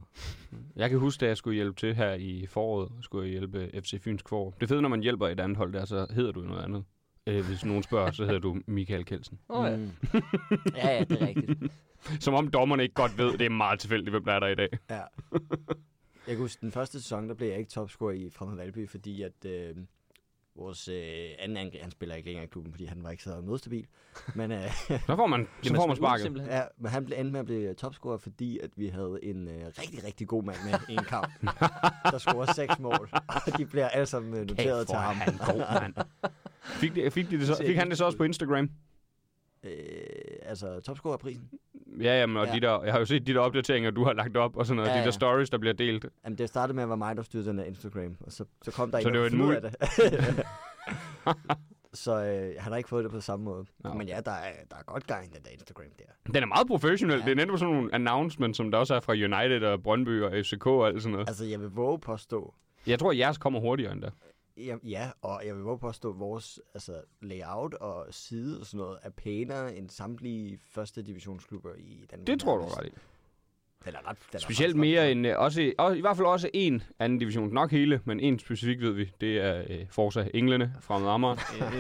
A: Jeg kan huske, da jeg skulle hjælpe til her i foråret, skulle jeg hjælpe FC Fynsk Forår. Det fede, når man hjælper et andet hold der, så hedder du noget andet. Øh, hvis nogen spørger, så hedder du Michael Kelsen.
B: Ja. Oh, ja.
D: Mm.
B: ja, ja, det er rigtigt.
A: Som om dommerne ikke godt ved, det er meget tilfældigt, hvem der er der i dag.
D: Ja. Jeg kan huske, den første sæson, der blev jeg ikke topscorer i Fremad Valby, fordi at øh, vores øh, anden angreb, han spiller ikke længere i klubben, fordi han var ikke så mødestabil. Men, øh,
A: Så får man, så får man sparket.
B: Ja.
D: ja, men han blev endte med at blive topscorer, fordi at vi havde en øh, rigtig, rigtig god mand med i en kamp, der scorer seks mål, og de bliver alle sammen øh, noteret til ham.
A: han god, mand. Fik, det, fik, de det så, fik han det så også på Instagram?
D: Øh, altså, topscorerprisen.
A: Ja, jamen, og ja.
D: Ja.
A: de der, jeg har jo set de der opdateringer, du har lagt op, og sådan noget, ja,
D: Ja,
A: ja. de der
D: ja.
A: stories, der bliver delt.
D: Jamen, det startede med, at det var mig, der styrede den her Instagram, og så, så kom der
A: Så
D: en,
A: det var
D: der
A: en
D: fandt ud
A: mul-
D: af det. så øh, han har ikke fået det på samme måde.
A: Nå.
D: No. Men ja, der er, der er godt gang i den der Instagram der.
A: Den er meget professionel. Ja.
D: Ja.
A: Det er netop sådan nogle announcements, som der også er fra United og Brøndby og FCK og alt sådan noget.
D: Altså, jeg vil våge påstå,
A: Jeg tror, jeres kommer hurtigere end der.
D: ja, ja og jeg vil våge påstå, at vores altså, layout og side og sådan noget er pænere end samtlige første divisionsklubber i Danmark.
A: Det tror du ret i.
D: Den er ret, den
A: Specielt
D: er ret
A: mere end, øh, også, også, i hvert fald også en anden division. Nok hele, men en specifik ved vi. Det er øh, Forza Englene, fremmed Amager.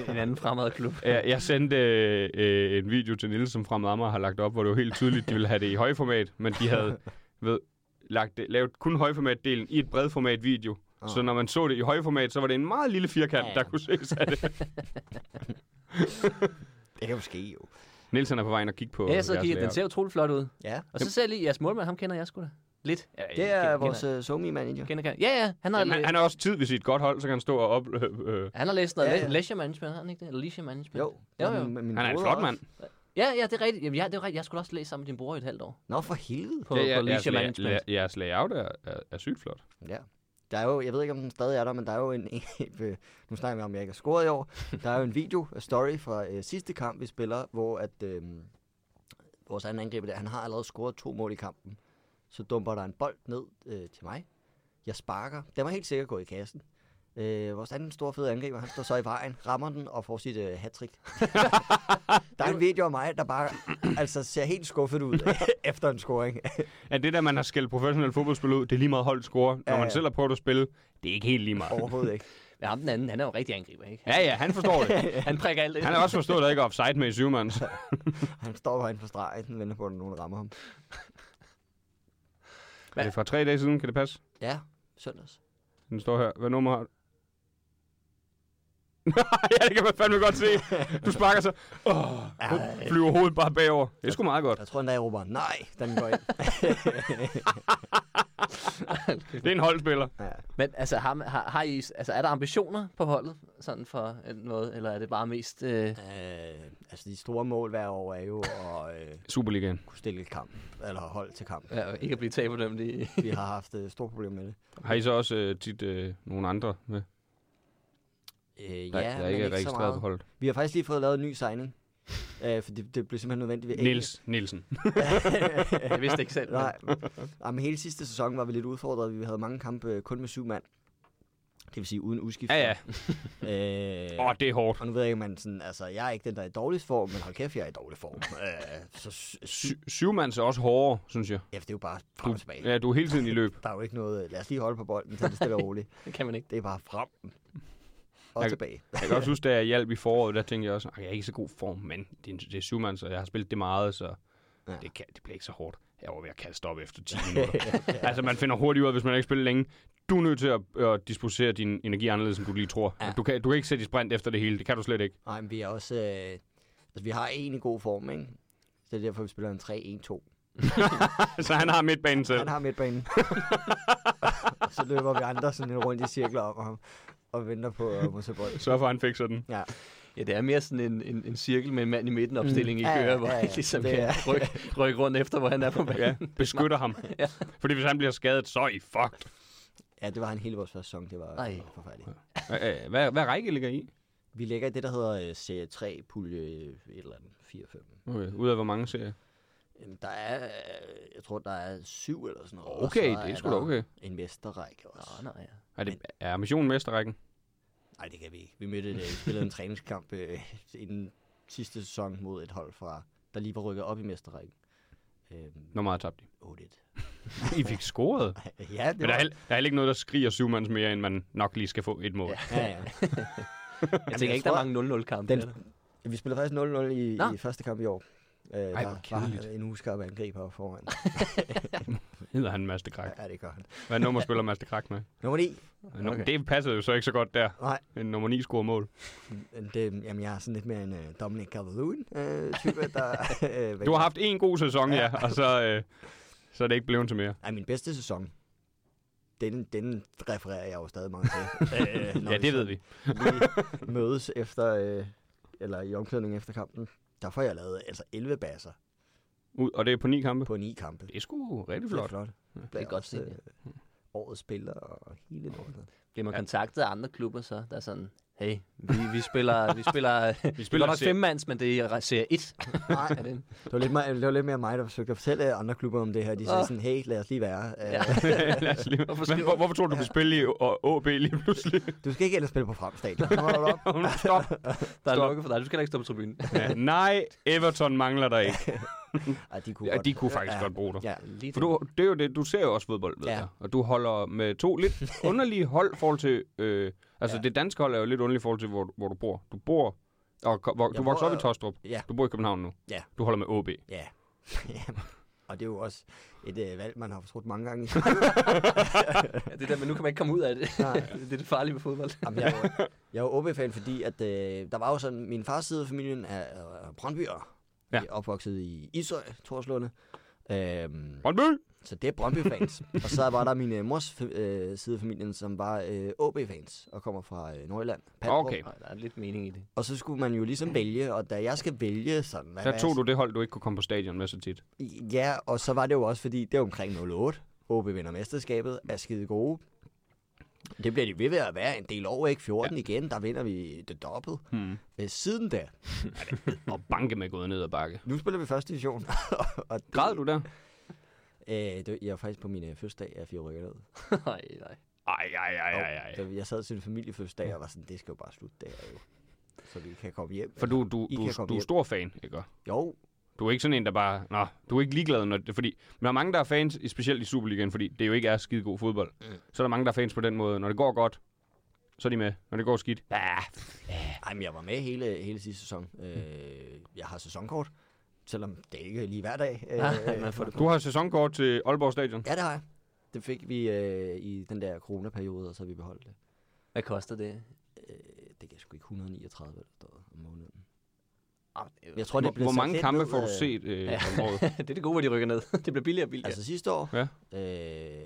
B: En- En anden fremadklub.
A: Jeg, jeg sendte øh, øh, en video til Nils, som fremmed Amager har lagt op, hvor det var helt tydeligt, de ville have det i højformat, men de havde ved, lagt det, lavet kun højformatdelen i et bredformat video.
B: Ah.
A: Oh. Så når man så det i højformat, så var det en meget lille firkant,
D: Ja,
A: ja.
D: ja.
A: der kunne ses af det.
D: Det kan jo ske jo.
A: Niels han er på vejen at kigge på
B: Ja, jeg sidder og
A: jeres
B: kigger. Den
A: layout.
B: ser utrolig flot ud.
D: Ja,
B: Og så ser jeg lige, jeres målmand, ham kender jeg sgu da. Lidt. Ja,
D: det er
B: kender-
D: vores uh, somi-manager.
B: Kender, kender, kender. Ja, ja, han har,
A: Jamen, han, han har også tid, hvis I er et godt hold, så kan han stå og op... Øh, øh.
B: han har læst noget
D: Ja,
B: ja,
D: ja.
B: leisure management, har han ikke det? Eller leisure management?
D: Jo,
B: Jo,
D: og
B: jo.
D: Min, min
A: Han er en
D: broder
A: flot
D: også.
A: mand.
B: Ja, ja, det er rigtigt. Jamen, ja, det er rigtigt. Jeg skulle også læse sammen med din bror i et halvt år.
D: Nå, for helvede.
B: På,
A: Ja, ja,
B: på
A: jeres,
B: leisure
A: la-
B: management.
A: la- jeres layout er, er, er sygt flot.
D: Ja. Der er jo, jeg ved ikke, om den stadig er der, men der er jo en, øh, nu snakker vi om, at jeg ikke har scoret i år, der er jo en video, en story fra øh, sidste kamp, vi spiller, hvor at, øh, vores anden angriber der, han har allerede scoret to mål i kampen. Så dumper der en bold ned øh, til mig. Jeg sparker. Den var helt sikkert gået i kassen. Øh, vores anden store fede angriber, han står så i vejen, rammer den og får sit øh, hattrick. der er en video af mig, der bare altså, ser helt skuffet ud efter en scoring.
A: Ja, det der, man har skældt professionelle fodboldspil ud, det er lige meget holdt score. Når
D: Ja,
A: man
D: ja.
A: selv har prøvet at spille, det er ikke helt lige meget.
D: Overhovedet ikke.
B: Men ham den anden, han er jo en rigtig angriber, ikke?
A: Ja, ja, han forstår det.
B: Han prikker alt ind.
A: Han har også forstået, at der ikke er offside med i syvmands.
D: Han står bare inde på stregen, venter på, at nogen rammer ham.
A: Er det fra tre dage siden, kan det passe?
D: Ja, søndags.
A: Den står her. Hvad nummer har du? ja, det kan man fandme godt se. Du sparker så. Åh, oh, flyver hovedet bare bagover. Det er sgu meget godt.
D: Jeg tror endda, jeg råber, nej, da den går ind.
A: Det er en holdspiller.
D: ja.
B: Men altså, har, man- har, har I, altså, er der ambitioner på holdet, sådan for øh, noget, eller er det bare mest... Øh,
D: øh, altså, de store mål hver år er jo at øh,
A: Superligaen.
D: kunne stille kamp, eller hold til kamp.
B: ja, ikke at blive taberdømt i...
D: Vi har haft øh, store problemer med det.
A: Har I så også øh, tit øh, nogle andre med?
D: Øh,
A: Der,
D: ja,
A: der ikke
D: men
A: er
D: ikke så
A: registreret på
D: meget.
A: holdet.
D: Vi har faktisk lige fået lavet en ny signing. Øh, for det, det blev simpelthen nødvendigt. ved
A: Niels Nielsen.
B: Jeg vidste ikke selv.
D: Nej. Jamen, hele sidste sæson var vi lidt udfordret. Vi havde mange kampe øh, kun med syv mand. Det vil sige uden udskift.
A: Ja, ja.
D: Øh,
A: Åh, oh, det er hårdt.
D: og nu ved jeg ikke, om man sådan, altså, jeg er ikke den, der er i dårligst form, men hold kæft, jeg er i dårlig form. øh, så sy- sy-
A: Sy- syvmands er også hårdere, synes jeg.
D: ja, det er jo bare frem og tilbage.
A: Ja, du er hele tiden i løb.
D: Der er jo ikke noget, øh, lad os lige holde på bolden, så det stille og roligt.
B: Det kan man ikke.
D: Det er bare frem og
A: Jeg-
D: tilbage.
A: Jeg kan også huske, da jeg hjalp i foråret, der tænkte jeg også, at jeg er ikke i så god form, men det er, en- det er syvmands, så jeg har spillet det meget, så
D: Ja.
A: ja. det, kan, det bliver ikke så hårdt. Jeg var ved at kaste op efter 10 minutter. altså, man finder hurtigt ud af, hvis man ikke spiller længe. Du er nødt til at, at disposere din energi anderledes, end du lige tror.
D: Ja.
A: Ja. Du, kan, du kan ikke sætte i sprint efter det hele. Det kan du slet ikke.
D: Nej, men vi er også, øh, altså, vi har en i god form, ikke? Så det er derfor, vi spiller en 3-1-2.
A: så han har midtbanen selv.
D: Han har midtbanen. og så løber vi andre sådan lidt rundt i cirkler om ham og venter på uh, Mosebold.
A: Så for, han fik sådan.
D: Ja.
B: Ja, det er mere sådan en, en, en cirkel med en mand i midten opstilling mm. i
D: Ja, ja,
B: kører, hvor
D: ja,
B: han
D: ja.
B: ligesom
D: Det
B: kan
D: er-
B: rykke, rykke rundt efter, hvor han er på banen.
A: Ja, beskytter ham.
B: Ja.
A: Fordi hvis han bliver skadet, så er I fucked.
D: ja, det var han hele vores første sæson. Det var
B: Ej.
D: Ej. forfærdeligt.
A: Øh, øh, Hvad, hvad række ligger I?
D: Vi ligger i det, der hedder uh, serie 3, pulje et eller andet, 4-5.
A: Okay. Ud af hvor mange serier?
D: Jamen, Øhm, der er, øh, jeg tror, der er syv eller sådan noget. og
A: Okay,
D: så
A: det er sgu da
D: der
A: okay.
D: En mesterrække også.
B: Nå, nej, ja.
A: Er, det, er missionen mesterrækken?
D: Nej, det kan vi ikke. Vi mødte et, øh, vi spillede en træningskamp øh, inden sidste sæson mod et hold fra, der lige var rykket op i mesterrækken. Øhm,
A: Hvor meget tabte I?
D: 8-1.
A: I fik scoret.
D: Ja, det
A: Men der er,
D: var...
A: heller, der er heller ikke noget, der skriger syvmands mere, end man nok lige skal få et mål. Ja.
D: Ja, ja.
B: Altså, Jeg tænker
D: jeg
B: ikke, der
D: tror-
B: er mange 0-0-kampe.
D: Den-
B: er der?
D: Ja, Vi spiller faktisk 0-0 i,
B: Nå.
D: i første kamp i år. Øh, Ej,
A: hvor kedeligt.
D: en uskarp angriber foran.
A: Hedder han Master Krak.
D: ja, det gør han.
A: Hvad nummer spiller Master Krak med?
D: Nummer 9.
A: Okay. Det passer jo så ikke så godt der.
D: Nej,
A: En nummer 9 scorer mål.
D: det, jamen, jeg er sådan lidt mere en uh, Dominic Calvaloon øh, type, der... Øh, hvad-
A: Du har haft en god sæson, ja, og så, øh, så er det ikke blevet til mere.
D: Ej, min bedste sæson. Den, den refererer jeg jo stadig meget til. øh, når
A: Ja, det
D: så
A: ved vi.
D: lige mødes efter, øh, eller i omklædningen efter kampen. Der får jeg lavet altså 11 basser
A: Ud, og det er på 9 kampe.
D: på 9 kampe.
A: Det er sgu rigtig
D: Det er
A: flot.
D: flot.
B: Det er godt set, ja.
D: øh, årets spiller og hele lortet.
B: Bliver man
A: Ja.
B: kontaktet af andre klubber så, der er sådan, hey, vi, vi spiller, vi spiller, øh, vi
A: spiller
B: spiller nok
A: serie-
B: femmands, men det er serie 1.
D: Nej,
B: Er det en?
D: Det var, lidt mere, det var lidt mere mig, der forsøgte at fortælle andre klubber om det her. De sagde sådan, hey, lad os lige være. Øh,
B: Ja.
A: Lad os lige-
B: Hvorfor
A: Men,
B: skriver
A: hvor,
B: du?
A: hvorfor tror du, du kan spille i AB lige pludselig?
D: Du skal ikke ellers spille på fremstadion. Så holder du op.
A: Stop.
B: Der er
A: Stop.
B: lukket for dig, du skal da ikke stå på tribunen.
A: Ja, nej, Everton mangler dig ikke.
D: Ej, de kunne
A: Ja,
D: godt.
A: de kunne faktisk godt bruge dig.
D: Ja,
B: Lige
A: For du, det er jo det, du ser jo også fodbold, ved
D: Ja.
A: ja. jeg. Og du holder med to lidt underlige hold i forhold til... Øh, altså,
D: Ja.
A: ja. det danske hold er jo lidt underligt i forhold til, hvor, du- hvor du bor. Du bor... Og, ko- hvor, du
D: Jeg
A: vokser op
D: bor-
A: i Tostrup.
D: ja,
A: Du bor i København nu.
D: Ja.
A: Du holder med OB.
D: ja. Jamen, Og det er jo også et øh, valg, man har fortrudt mange gange.
B: Ja, det der, men nu kan man ikke komme ud af det.
D: Nej.
B: det er det farlige ved fodbold.
D: Jamen, jeg, er jo- jeg er jo OB-fan, fordi at, øh, der var jo sådan, min fars side af familien er, er Brøndbyer.
A: Ja.
D: Ja. opvokset i Ishøj, Torslunde. Øhm,
A: Brøndby!
D: Så det er Brøndby-fans. og så var der min øh, mors fa- øh, side af familien, som var øh, OB-fans og kommer fra øh, Nordjylland. Pandrup.
A: Okay.
B: Nej, der er lidt mening i det.
D: Og så skulle man jo ligesom vælge, og da jeg skal vælge sådan... Hvad,
A: Der tog du det hold, du ikke kunne komme på stadion med så tit.
D: Ja, og så var det jo også, fordi det er omkring 08. OB vinder mesterskabet, er skide gode. Det bliver de ved ved at være en del år, ikke? 14 ja. igen, der vinder vi det dobbelt.
A: Hmm.
D: Øh, siden da,
A: Og banke med gået ned ad bakke.
D: nu spiller vi første division. og- og det-
A: Græd du der?
D: Øh, det, jeg var faktisk på min øh, fødselsdag, at jeg fik rykket ned.
B: nej, nej.
A: Ej, ej, ej, ej, ej.
D: Så jeg sad til en familiefødselsdag og var sådan, det skal jo bare slutte der jo. Så vi kan komme hjem.
A: For du, du,
D: I
A: du,
D: kan komme
A: du er
D: hjem.
A: stor fan, ikke?
D: Jo, det
A: Du er ikke sådan en, der bare... Nå, du er ikke ligeglad, når det, fordi... Men der er mange, der er fans, i- specielt i Superligaen, fordi det jo ikke er skide god fodbold.
D: Mm.
A: Så er der mange, der er fans på den måde. Når det går godt, så er de med. Når det går skidt, bah,
D: Ej, men jeg var med hele, hele sidste sæson. Øh, jeg har sæsonkort, selvom det ikke er lige hver dag. Øh,
B: Ah,
D: jeg får det
A: Du har sæsonkort til Aalborg Stadion.
D: Ja, det har jeg. Det fik vi øh, i den der coronaperiode, og så har vi beholdt det.
B: Hvad koster det?
D: Øh, det gav sgu ikke 139 eller sådan noget om måneden.
B: Ah,
D: Men Jeg tror, det
A: Hvor,
D: er blevet
A: hvor
D: sat
A: mange
D: lidt
A: kampe
D: ned,
A: får du
D: øh,
A: set øh,
B: ja.
A: om året?
B: det er det gode, hvor de rykker ned. det bliver billigere og billigere.
D: Altså sidste år,
A: Ja.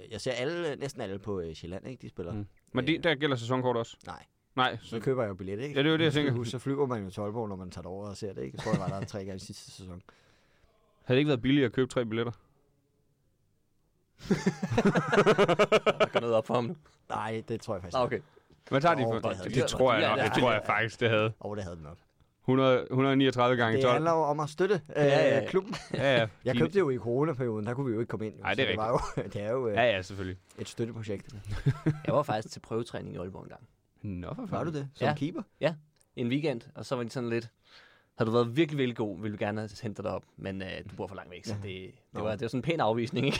D: øh, jeg ser alle, næsten alle på øh, Sjælland, ikke? De spiller.
A: Mm.
D: Mm.
A: Men det, der gælder sæsonkort også?
D: Nej.
A: Nej,
D: Så
A: så,
D: køber jeg jo billet, ikke?
A: ja, det er jo det, jeg tænker.
D: Husk, så flyver man jo til Aalborg, når man tager det over og ser det, ikke? Jeg tror, jeg var der tre gange sidste sæson.
A: Havde det ikke været billigere at købe tre billetter?
B: der går noget op for ham nu.
D: Nej, det tror jeg faktisk
B: Ah,
D: ikke.
B: okay.
A: Hvad tager de
D: Åh,
A: for?
D: det havde
A: Det,
D: de.
A: det tror jeg
B: Ja,
A: nok.
B: ja,
A: Det
B: ja.
A: tror jeg faktisk, det havde.
D: Og det havde den nok.
A: 100, 139 gange
D: Det
A: 12.
D: handler jo om at støtte øh,
B: Ja, ja,
D: ja,
B: ja.
D: klubben.
A: Ja, ja.
D: Jeg
A: De-
D: købte det jo i coronaperioden, der kunne vi jo ikke komme ind. jo.
A: Ej, det
D: Så
A: er
D: det, var jo, det er jo øh,
A: Ja, ja, selvfølgelig.
D: et støtteprojekt.
B: Jeg var faktisk til prøvetræning i Aalborg en gang.
A: Nå, for
D: Var du
A: fanden.
D: det? Som
B: Ja.
D: ja. keeper?
B: En weekend, og så var de sådan lidt... Har du været virkelig, virkelig god, ville vi gerne have hentet dig op, men øh, du bor for langt væk, så det, det,
D: Nå.
B: var, det var sådan en pæn afvisning, ikke?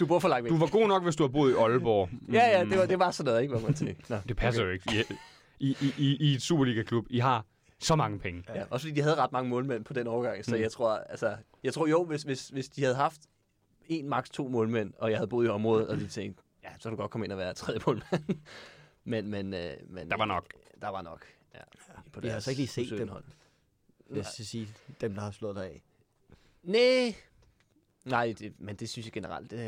B: du Mm. bor for langt væk.
A: Du var god nok, hvis du har boet i Aalborg.
B: Ja, ja, det var, det var sådan noget, ikke, hvor man tænkte. Nå,
A: Det passer jo ikke. I, I, I, I, I et Superliga-klub, I har så mange penge.
B: Ja, også fordi de havde ret mange målmænd på den overgang, så
A: Mm.
B: mm. jeg tror, altså, jeg tror jo, hvis, hvis, hvis de havde haft en, maks to målmænd, og jeg havde boet i området, og de tænkte, ja, så kan du godt komme ind og være tredje målmand. men, men, øh, men,
A: Der var nok.
B: Der var nok, ja. På
D: Vi har
B: deres
D: altså ikke lige set
B: besøgende
D: dem.
B: hold.
D: Hvis jeg sige, dem, der har slået dig af.
B: Nej. Nej, det, men det synes jeg generelt, øh,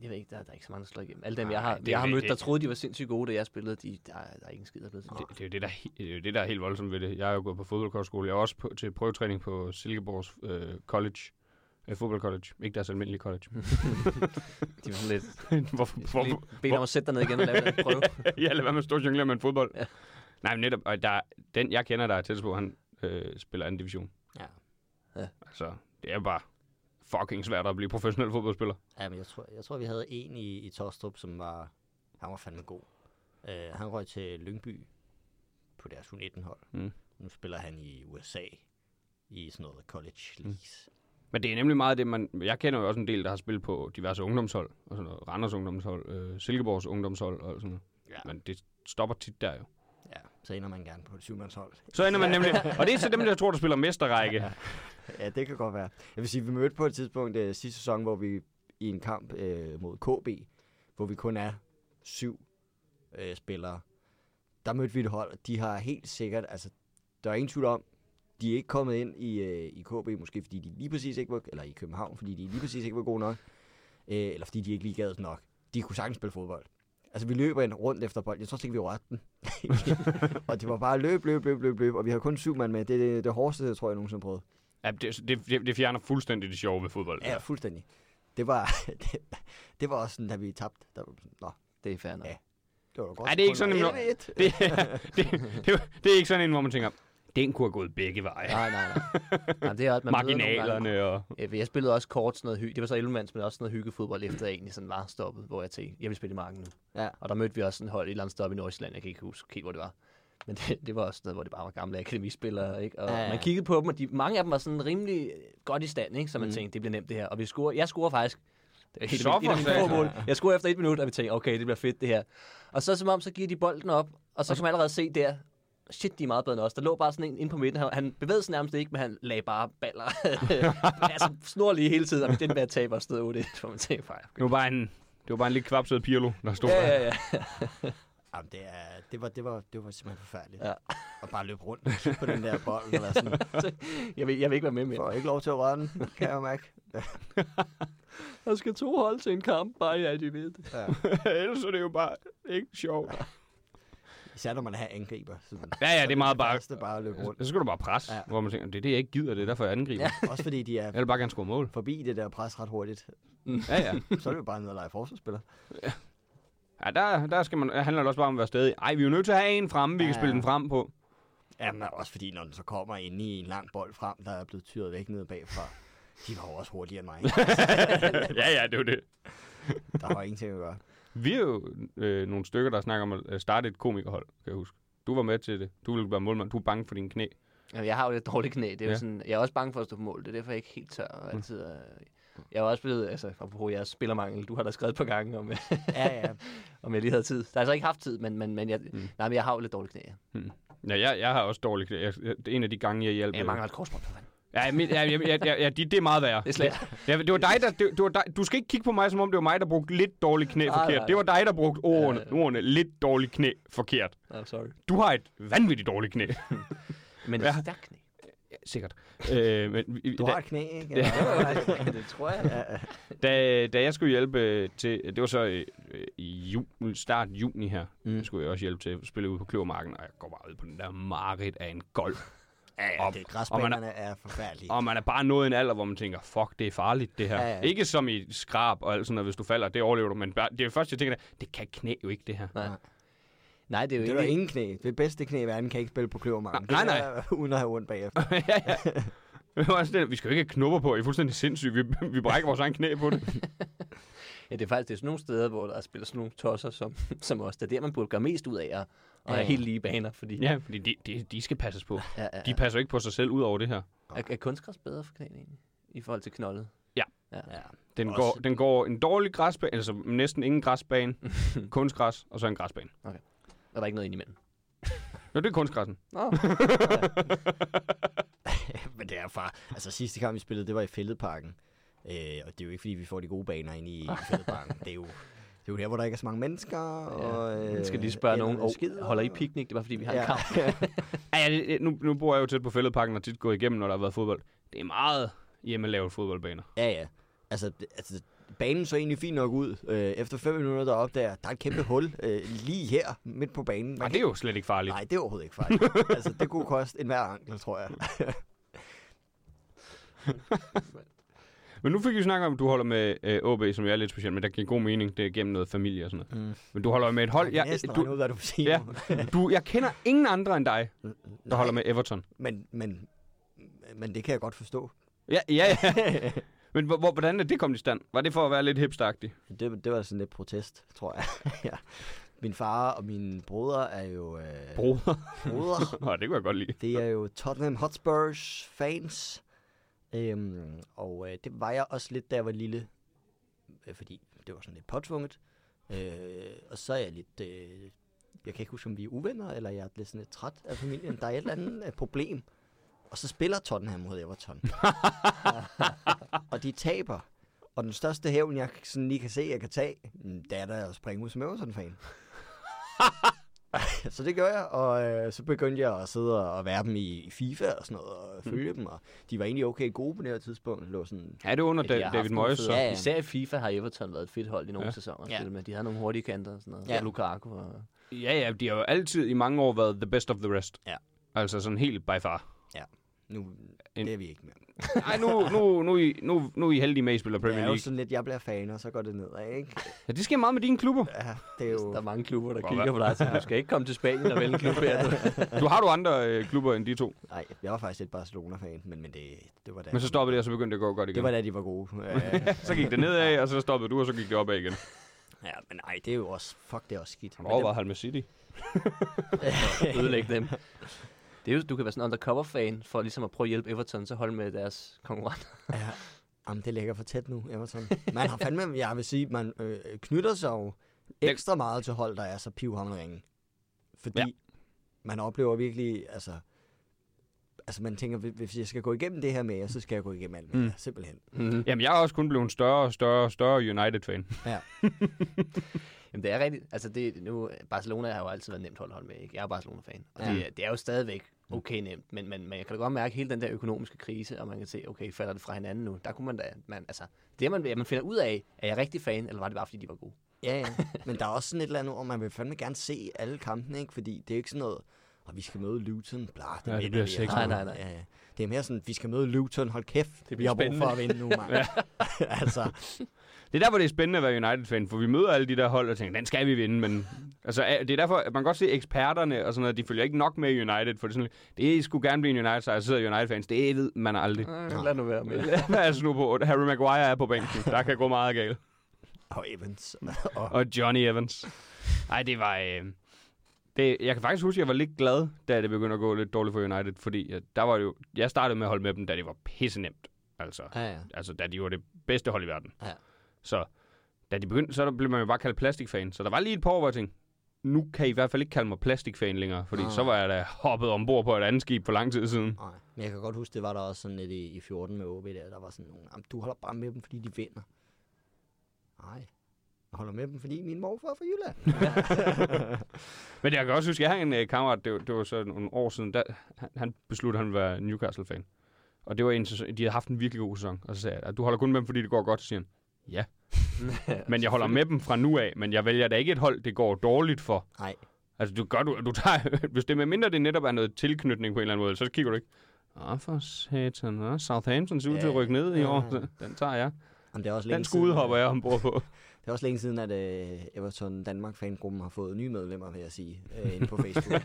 B: jeg ved ikke, der, der er ikke så mange, der slår igennem. Alle dem,
A: Nej,
B: jeg har,
A: det er
B: jeg har
A: jo
B: mødt,
A: det.
B: der troede, de var sindssygt gode, da jeg spillede, de, der, der er ingen skid, der er blevet sådan.
A: Det, det, er jo det, der, er he- det er jo det, der er helt voldsomt ved det. Jeg er jo gået på fodboldkortskole. Jeg er også på, til prøvetræning på Silkeborgs øh, College. Øh, fodboldcollege. Ikke deres almindelige college.
B: De var sådan lidt,
A: hvorfor,
B: jeg skal lige
A: hvorfor?
B: bede dig om at sætte dig ned igen og lave den prøve.
A: ja, lad være med at stå og jonglere med en fodbold. Ja.
B: Ja.
A: Nej, men netop. Og der, den, jeg kender, der er tættest på, han øh, spiller anden division.
D: Ja.
B: Ja.
A: Altså, det er bare fucking svært at blive professionel fodboldspiller.
D: Ja, men jeg tror, jeg tror vi havde en i, i Tostrup, som var... Han var fandme god. Øh, han røg til Lyngby på deres U19-hold.
A: Mm.
D: Nu spiller han i USA i sådan noget college leagues.
A: Men det er nemlig meget det, man... Jeg kender jo også en del, der har spillet på diverse ungdomshold. Og sådan noget. Randers ungdomshold, øh, Silkeborgs ungdomshold og sådan noget.
D: Ja.
A: Men det stopper tit der jo.
D: Ja, så ender man gerne på et syvmandshold.
A: Så ender man nemlig... Og det er til dem, jeg tror, der spiller mesterrække.
D: Ja, det kan godt være. Jeg vil sige, vi mødte på et tidspunkt øh, sidste sæson, hvor vi i en kamp øh, mod KB, hvor vi kun er syv øh, spillere, der mødte vi et hold, og de har helt sikkert, altså, der er ingen tvivl om, de er ikke kommet ind i, øh, i KB, måske fordi de lige præcis ikke var, eller i København, fordi de lige præcis ikke var gode nok, øh, eller fordi de ikke lige gad nok. De kunne sagtens spille fodbold. Altså, vi løber en rundt efter bolden. Jeg tror slet ikke, vi rørte den. og det var bare løb, løb, løb, løb, løb. Og vi har kun syv mand med. Det er det, det hårdeste, tror jeg, jeg nogensinde har prøvet.
A: Ja, det, det, det fjerner fuldstændig det sjove ved fodbold.
D: Ja, fuldstændig. Det var, det, det var også sådan, da vi tabte. Der var vi sådan, Nå,
B: Det er fair nok.
D: Ja. det var da godt.
A: Ej, det er ikke
D: kun
A: sådan,
D: var
A: at man-
D: 11-1.
A: Det, det, det, det er ikke sådan en, hvor man tænker, den kunne have gået begge veje.
B: Nej, nej, nej. nej det er også, man møder nogle gange-
A: Marginalerne og...
B: Øh, Jeg spillede også kort sådan noget hygge. Det var så 11 mands, men også sådan noget hyggefodbold, efter jeg egentlig sådan var stoppet, hvor jeg tænkte, jeg vil spille i marken nu.
D: Ja.
B: Og der mødte vi også sådan et hold et eller andet sted oppe i Nordsjælland. Jeg kan ikke huske helt, hvor det var. Men det, det var også noget, hvor det bare var gamle akademispillere, ikke? Og
D: Ja,
B: ja,
D: ja.
B: ja. man kiggede på dem, og de, mange af dem var sådan rimelig øh, godt i stand, ikke? Så man
D: Mm.
B: mm. tænkte, det bliver nemt det her. Og vi scorer, jeg scorer faktisk. Det er helt
A: Så
B: vildt. Et af
A: for
B: mine
A: satan.
B: få mål. Jeg scorer efter et minut, og vi tænkte, okay, det bliver fedt det her. Og så som om, så giver de bolden op, og så kan man allerede se der, shit, de er meget bedre end os. Der lå bare sådan en inde på midten. Han, han bevægede sig nærmest ikke, men han lagde bare baller. altså, snor lige hele tiden. Og den med at tabe og stod 8-1, hvor man tænker, fejl.
A: Det var bare en, det var bare en lidt kvapset Pirlo, der stod
B: Ja,
A: der.
B: ja, ja.
D: Jamen, det, er, det, var, det, var, det var simpelthen forfærdeligt.
B: Ja.
D: Og bare løbe rundt og kigge på den der bold. Og være sådan,
B: Jeg vil, jeg vil ikke være med mere.
D: får ikke lov til at røre den, kan jeg mærke.
B: Der skal to hold til en kamp, bare ja, de ved det.
D: Ja.
A: Ellers er det jo bare ikke sjovt.
D: Især når man har angriber. Sådan.
A: Ja, ja, det er meget bare...
D: Det bare at løbe rundt.
A: Så skal du bare presse, ja.
D: Ja.
A: hvor man tænker, det er det, jeg ikke gider, det er derfor, jeg angriber. Ja.
D: Også fordi de
A: Jeg
D: er
A: vil bare gerne score mål.
D: forbi det der pres ret hurtigt.
A: Ja, ja.
D: Så er det jo bare nede og lege forsvarsspiller.
A: Ja, der, der skal man, der handler det også bare om at være stadig. Ej, vi er jo nødt til at have en fremme, vi ja. kan
D: Ja.
A: spille den frem på.
D: Jamen, også fordi når den så kommer ind i en lang bold frem, der er blevet tyret væk nede bagfra. De var jo også hurtigere end mig.
A: ja, ja, det er jo det.
D: Der var ingenting at gøre.
A: Vi er jo øh, nogle stykker, der snakker om at øh, starte et komikerhold, kan jeg huske. Du var med til det. Du ville være målmand. Du er bange for dine knæ.
B: Jamen, jeg har jo lidt dårligt knæ. Det er ja. Mm.
A: Ja.
B: sådan, jeg er også bange for at stå på mål. Det er derfor, jeg ikke helt tør. Og altid, er... Jeg er jo også blevet, altså, apropos jeres spillermangel, du har da skrevet på gange, om, øh,
D: Ja, ja.
B: om jeg lige havde tid. Der har jeg så ikke haft tid, men, men, men, jeg, mm. nej, men jeg har jo lidt dårligt knæ. ja.
A: Ja, jeg, jeg har også dårlige knæ. Jeg, jeg- det er en af de gange, jeg hjalp.
B: Jeg mangler et korsbånd. for fanden.
A: Ja, men, ja, ja, ja, ja, ja de, det er meget værre.
B: Det er slet.
A: Ja, men det var dig, der, det, det var dig, du skal ikke kigge på mig, som om det var mig, der brugte lidt dårligt knæ
B: Nej,
A: forkert.
B: nej.
A: Det var dig, der brugte ordene,
B: Ja, ja.
A: ordene lidt dårligt knæ forkert.
B: I'm sorry.
A: Du har et vanvittigt dårligt knæ.
B: Men det er
A: Ja.
B: stærkt knæ.
A: Ja, sikkert. Øh, men, vi-
D: Du
A: da,
D: har et knæ, ikke?
A: Ja.
B: det tror jeg. Ja.
A: da, da jeg skulle hjælpe øh, til, det var så øh, øh, i jul, start juni her, mm.
D: Mm.
A: skulle jeg også hjælpe til at spille ude på Kløvermarken, og jeg går bare ud på den der mareridt af en golf.
D: Ja, ja,
A: Om-
D: det,
A: om
D: græsbanerne er forfærdelige.
A: Og man er bare nået en alder, hvor man tænker, fuck, det er farligt det her.
D: Ja,
A: Ja,
D: ja.
A: ja. Ikke som i skrab og alt sådan noget, hvis du falder, det overlever du, men bare, det er først, jeg tænker, det kan knæ jo ikke det her.
B: Nej. Nej, det er jo
D: Det er
B: ikke...
D: der ingen knæ. Det bedste knæ i verden kan ikke spille på kløvermarken.
A: Nej,
D: Det
A: nej.
D: er, Uden at have ondt bagefter.
A: ja, ja. Det var også det, vi skal jo ikke have knopper på, I er fuldstændig sindssyge, vi, vi brækker vores egen knæ på det.
B: Ja, det er faktisk det er sådan nogle steder, hvor der spiller sådan nogle tosser som, som os. Det er der, man burde gøre mest ud af at, at have helt lige baner, fordi
A: Ja, fordi de, de, de skal passes på.
B: ja, ja,
A: De passer jo ikke på sig selv ud over det her.
B: ja. Er, er kunstgræs bedre for knæene egentlig, i forhold til knoldet?
A: Ja.
B: ja. ja.
A: Den
D: Også-
A: går, den går en dårlig græsbane, altså næsten ingen græsbane, kunstgræs, og så en græsbane.
B: Er der ikke noget indimellem?
A: Nå, det er kunstgræssen.
B: Nå,
D: Men det er far. Altså sidste kamp, vi spillede, det var i Fælledparken. Øh, og det er jo ikke, fordi vi får de gode baner inde i Fælledparken. det, er jo, det er jo der, hvor der ikke er så mange mennesker. Og, øh,
B: man skal lige spørge nogen,
D: og
B: oh, holder I picnic? Det er bare fordi, vi har ja. en kamp.
A: Ja, ja, det- det, nu, nu bor jeg jo tæt på fældeparken og tit gået igennem, når der har været fodbold. Det er meget hjemmelavet fodboldbaner.
D: Ja, ja. Altså, det- altså banen så egentlig fint nok ud. Øh, efter fem minutter, der opdager, der er et kæmpe hul øh, lige her, midt på banen. Man
A: Nej,
D: kan
A: det er jo slet ikke farligt.
D: Nej, det er overhovedet ikke fejl. altså, det kunne koste enhver ankel, tror jeg.
A: Men nu fik vi snakket om, at du holder med øh, OB, som jo er lidt specielt, men der giver god mening. Det er gennem noget familie og sådan noget. Mm. Men du holder jo med et hold.
D: Jeg,
A: Jeg,
D: næsten du...
A: du,
D: ud, hvad du siger.
A: ja, du, jeg kender ingen andre end dig, der holder med Everton.
D: Men, men, men det kan jeg godt forstå.
A: Ja, ja, ja. Men hvor, hvor- hvordan er det kommet i stand? Var det for at være lidt hipstagtig?
D: Det, det var sådan lidt protest, tror jeg. ja. Min far og mine brødre er jo... Øh,
A: Broder.
D: brødre.
A: Nå, det kunne jeg godt lide.
D: Det er jo Tottenham Hotspurs fans. Øhm, og øh, det var jeg også lidt, da jeg var lille. Øh, fordi det var sådan lidt påtvunget. Øh, og så er jeg lidt... Øh, jeg kan ikke huske, om vi er uvenner, eller jeg er lidt sådan lidt træt af familien. Der er et eller andet øh, problem. Og så spiller Tottenham mod Everton. og de taber. Og den største hævn, jeg sådan lige kan se, jeg kan tage, mm, det er da at springe ud som Everton-fan. så det gjorde jeg, og øh, så begyndte jeg at sidde og være dem i, i FIFA og sådan noget, og følge mm. dem. Og de var egentlig okay gode på det her tidspunkt. Det var sådan,
A: Ja, det er under
B: Ja, de
A: da,
B: har
A: David
B: haft nogle
A: Moyes.
B: fede-
A: Så.
D: Ja, ja.
B: Især i FIFA har Everton været et fedt hold i nogle ja.
A: Ja.
B: sæsoner.
D: Ja.
B: Ja. Men de havde nogle hurtige kanter og sådan noget.
D: Ja.
B: Ja. Lukaku og...
A: Ja, ja, de har jo altid i mange år været the best of the rest.
D: Ja.
A: Altså sådan helt by far.
D: nu
A: En-
D: det er vi ikke mere.
A: Nej, nu, nu, nu, er I- nu, nu er I heldige med, at I spiller
D: Det
A: Premier
D: er jo
A: League.
D: sådan lidt, jeg bliver fan, og så går det nedad, ikke?
A: Ja, det sker meget med dine klubber.
D: Ja, det er
B: Der er
D: jo...
B: mange klubber, der
A: Hvor-
B: kigger på dig, så du skal ikke komme til Spanien og vælge en klub her.
A: Du har du andre øh, klubber end de to.
D: Nej, jeg var faktisk et Barcelona-fan, men, men det, det var da...
A: Men så stoppede det, og så begyndte det at gå godt igen.
D: Det var da, de var gode. Øh,
A: Så gik det nedad, og så stoppede du, og så gik det opad igen.
D: ja, men nej, det er jo også... Fuck, det er også skidt.
A: Har
D: Men
A: du overvejet Halme City?
B: ødelægge dem. Det er jo, du kan være sådan en undercover-fan for ligesom at prøve at hjælpe Everton til at holde med deres konkurrenter.
D: Ja, jamen, det ligger for tæt nu, Everton. Man har fandme, jeg vil sige, man øh, knytter sig jo ekstra meget til hold, der er så pivhamringen. Fordi ja.
A: Ja.
D: man oplever virkelig, altså, altså man tænker, hvis- hvis jeg skal gå igennem det her med jer, så skal jeg gå igennem alt med
A: Mm.
D: jer, simpelthen.
B: Mm-hmm.
A: Jamen, jeg er også kun blevet en større og større og større United-fan.
B: Jamen, det er rigtigt. Altså, det, nu, Barcelona har jo altid været nemt hold at holde med. Ikke? Jeg er Barcelona-fan. Og det, er- det, er jo stadigvæk okay nemt, men, men, men jeg kan da godt mærke hele den der økonomiske krise, og man kan se, okay, falder det fra hinanden nu? Der kunne man da, man, altså, det er man, ja, man finder ud af, er jeg rigtig fan, eller var det bare, fordi de var gode?
D: Ja, ja. Men der er også sådan et eller andet, hvor man vil fandme gerne se alle kampene, ikke? Fordi det er jo ikke sådan noget, og vi skal møde Luton, bla, det,
A: Ja, det
D: vinder
A: bliver
D: vi, og-
A: 6-0.
B: Nej, nej, nej.
D: Ja, ja. Det er mere sådan, vi skal møde Luton, hold kæft, det vi
A: bliver
D: har brug for
A: spændende.
D: at vinde nu, mand. altså,
A: Det er der, hvor det er spændende at være United-fan, for vi møder alle de der hold og tænker, den skal vi vinde, men... Altså, a- det er derfor, at man kan godt se eksperterne og sådan noget, de følger ikke nok med i United, for det er sådan, lidt, det skulle gerne blive en united sejr så sidder United-fans, det ved man aldrig.
B: Øh, lad nu være med.
A: Lad os nu på, Harry Maguire er på bænken, der kan gå meget galt.
D: og Evans. og,
A: Og Johnny Evans. Nej, det var... Øh, det, jeg kan faktisk huske, at jeg var lidt glad, da det begyndte at gå lidt dårligt for United, fordi at der var det jo, jeg startede med at holde med dem, da det var pisse nemt. Altså,
D: ja, ja.
A: altså, da de var det bedste hold i verden.
D: Ja.
A: Så da de begyndte, så der blev man jo bare kaldt plastikfan. Så der var lige et par år, hvor jeg tænkte, nu kan I i hvert fald ikke kalde mig plastikfan længere, fordi
D: Ah.
A: så var jeg da hoppet ombord på et andet skib for lang tid siden.
D: Nej, men jeg kan godt huske, det var der også sådan lidt i, i 14 med OB der, der var sådan nogle, "Jamen, du holder bare med dem, fordi de vinder. Nej, jeg holder med dem, fordi min morfar er fra Jylland.
A: Men jeg kan også huske, at jeg havde en øh, kammerat, det var, det var så nogle år siden, der, han, han besluttede, at han var Newcastle-fan. Og det var en sæson, de havde haft en virkelig god sæson. Og så sagde jeg, at du holder kun med dem, fordi det går godt, siger han. Ja, men jeg holder med dem fra nu af, men jeg vælger da ikke et hold, det går dårligt for.
D: Nej,
A: Altså, du gør, du, du tager, hvis det med mindre det netop er noget tilknytning på en eller anden måde, så kigger du ikke. Åh, for satan, nå, Southampton ser ud til at
D: Ja,
A: rykke ned i
D: ja.
A: år. så Den tager jeg.
D: Jamen, det er også længe øh,
A: Den skude hopper jeg ombord på.
D: Det er også længe siden, at øh, Everton Danmark-fangruppen har fået nye medlemmer, vil jeg sige, øh, inde på Facebook.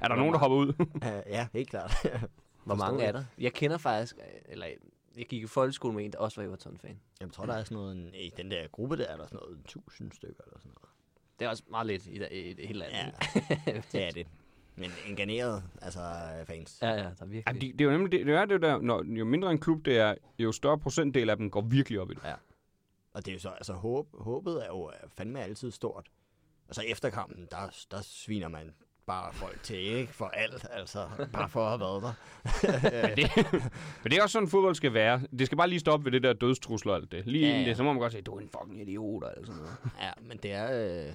A: Er der nogen, der hopper ud?
D: Øh, ja, helt klart.
B: Hvor mange
D: jeg.
B: er der? Jeg kender faktisk, øh, eller jeg gik i folkeskole med en, der også var Everton-fan.
D: Jeg tror, der er sådan noget, en, i den der gruppe der, er der sådan noget 1000 stykker eller sådan noget.
B: Det er også meget lidt i, i, i det hele landet.
D: Ja. Det er det. Men enganeret, altså fans.
B: ja, ja, der er
A: Ja,
B: virkelig.
A: det, det er jo nemlig det, det, er det der, når, jo mindre en klub det er, jo større procentdel af dem går virkelig op i det.
D: Og det er jo så, altså håb, håbet er jo øh, fandme altid stort. Og så efter kampen, der, der sviner man bare folk til, ikke? For alt, altså. Bare for at have været der.
A: Men det, men det er også sådan, fodbold skal være. Det skal bare lige stoppe ved det der dødstrusler og alt det. Lige
D: Ja,
A: ja, inden
D: ja.
A: det, så må man godt sige, du er en fucking idiot eller sådan noget.
D: Ja, men det er... Øh...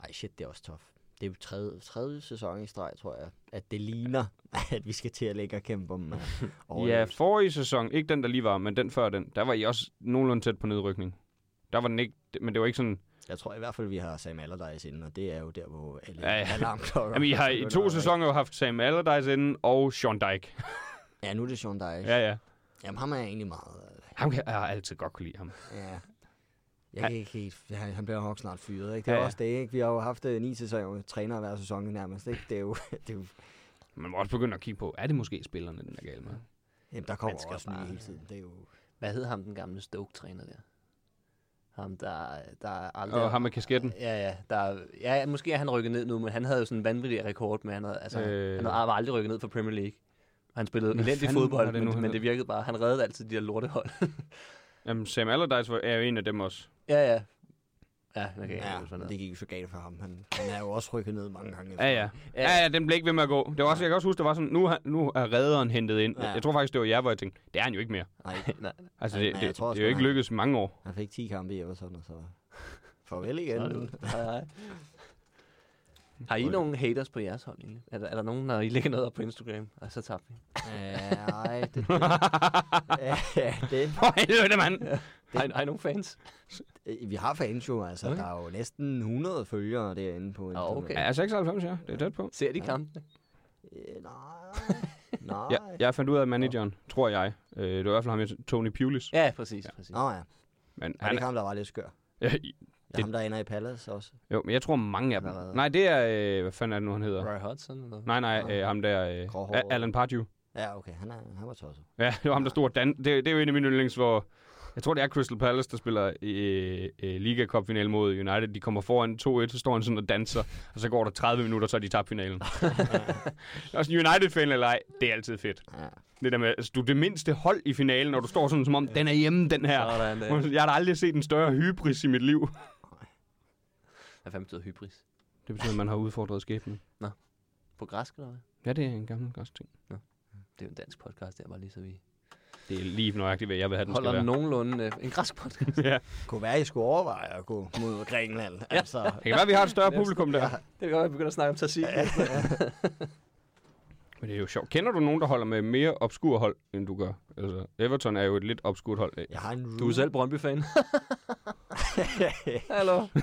D: Ej, shit, det er også tof. Det er jo tredje, tredje sæson i streg, tror jeg, at det ligner, at vi skal til at ligge og kæmpe om øh,
A: Ja,
D: overlevelse.
A: forrige sæson, ikke den der lige var, men den før den, der var I også nogenlunde tæt på nedrykning. Der var den ikke, men det var ikke sådan...
D: Jeg tror i hvert fald, vi har Sam Allardyce inden, og det er jo der, hvor alle
A: Ja,
D: ja,
A: ja.
D: ja. alarmklokker...
A: Jamen, I har i
D: begynder at
A: to
D: ringe.
A: sæsoner jo haft Sam Allardyce inden, og Sean Dyke.
D: Ja, nu er det Sean Dyche. Ja.
A: Ja, ja.
D: Jamen, ham er jeg egentlig meget... øh,
A: Ham kan, jeg har altid godt kunne lide ham.
D: Ja. Jeg
A: Han-
D: kan ikke helt... Han, han bliver jo nok snart fyret, ikke? Det er
A: Ja,
D: ja,
A: ja.
D: også det, ikke? Vi har jo haft øh, ni sæsoner, træner hver sæson nærmest, ikke? Det er jo... Det er jo
A: Man må også begynde at kigge på, er det måske spillerne, den er gal med?
D: jamen, der kommer
B: Man skal
D: også nye
B: bare-
D: hele tiden. Det er jo...
B: Hvad hed ham, den gamle Stoke-træner der? Ham, der, der aldrig...
A: Og ham med kasketten.
B: Ja, ja, der, ja, måske er han rykket ned nu, men han havde jo sådan en vanvittig rekord med, han havde, altså,
A: Øh.
B: øh. han havde var aldrig rykket ned for Premier League. Han spillede
A: Hvad
B: elendig
A: fanden var
B: fodbold,
A: det
B: det
A: nu,
B: men,
A: han
B: men
A: hed?
B: det virkede bare. Han reddede altid de der lortehold.
A: Jamen, Sam Allardyce var, er jo en af dem også.
B: ja, ja. Ja, okay,
D: Ja,
B: ja, sådan
D: men
B: noget.
D: det gik jo så galt for ham. Han, han er jo også rykket ned mange gange.
A: Ja, ja. Ja, ja, den blev ikke ved med at gå. Det var også, jeg kan også huske, det var sådan, nu, har- nu er redderen hentet ind.
D: Ja.
A: Jeg tror faktisk, det var jer, hvor jeg tænkte, det er han jo ikke mere.
D: Nej,
B: Nej,
A: Altså,
D: Ja,
A: det,
D: men
A: det,
D: jeg tror
A: det,
D: også,
A: er jo
D: det
A: ikke
D: var han.
A: lykkedes i mange år.
D: han fik 10 kampe i Everton, og så... Farvel igen.
B: sådan er det ud. Hej, hej. Har I nogen haters på jeres hold egentlig? Er der, er der nogen, når I lægger noget op på Instagram, og så tabte vi?
D: Ja, nej, det... Ja, det...
A: For helvede, mand!
B: Har I, har I nogen fans?
D: Øh, Vi har fans jo, altså.
B: Okay.
D: Der er jo næsten 100 følgere derinde på Instagram.
B: okay.
A: Ja, 96, ja. Det er tæt på.
B: Ser de kampene?
D: Øh, nej, nej.
A: Ja, jeg fandt ud af manageren, tror jeg. Øh, det var i hvert fald ham, jeg- Tony Pulis.
B: Ja, præcis. Ja. præcis.
D: Nå ja,
A: Men
D: og det
A: han,
D: er ham, der var lidt skør. Det er
A: Det-
D: ham, der ender i Palace også.
A: jo, men jeg tror mange af dem.
D: Allerede.
A: Nej, det er... Øh, hvad fanden er det nu, han hedder?
B: Roy Hodgson? Eller?
A: Nej, nej, øh, ham der... Øh,
D: Gråhåret.
A: A- Alan Pardew.
D: Ja, okay, han, er, han var tosset.
A: Ja, det var ham, der stod og dan- det, det er jo en af mine yndlings, hvor... Jeg tror, det er Crystal Palace, der spiller øh, øh, Liga cup final mod United. De kommer foran 2-1, så står han sådan og danser, og så går der 30 minutter, så er de tabt finalen. Også en United-fan eller ej, det er altid fedt.
D: Ja.
A: Det der med, altså, du er det mindste hold i finalen, og du står sådan som om, den er hjemme, den her.
B: Sådan, øh.
A: Jeg har da aldrig set en større hybris i mit liv.
B: Hvad fanden betyder hybris?
A: Det betyder, at man har udfordret skæbnen.
B: På græsk, eller hvad?
A: Ja, det er en gammel græsk ting.
B: Det er jo en dansk podcast, der bare lige så vi
A: Det er lige nøjagtigt, hvad jeg vil have, den
B: holder
A: skal være.
B: nogenlunde øh, en græsk podcast.
A: ja.
D: Kunne være, I skulle overveje at gå mod Grækenland. ja. Altså,
A: Det kan være, at vi har et større
B: Næste.
A: publikum der.
B: det kan godt være, at vi begynder at snakke om Tassik.
A: Men det er jo sjovt. Kender du nogen, der holder med mere obskur hold, end du gør? Altså, Everton er jo et lidt obskurt hold.
D: jeg har en room.
B: Du er selv Brøndby-fan. Hallo. det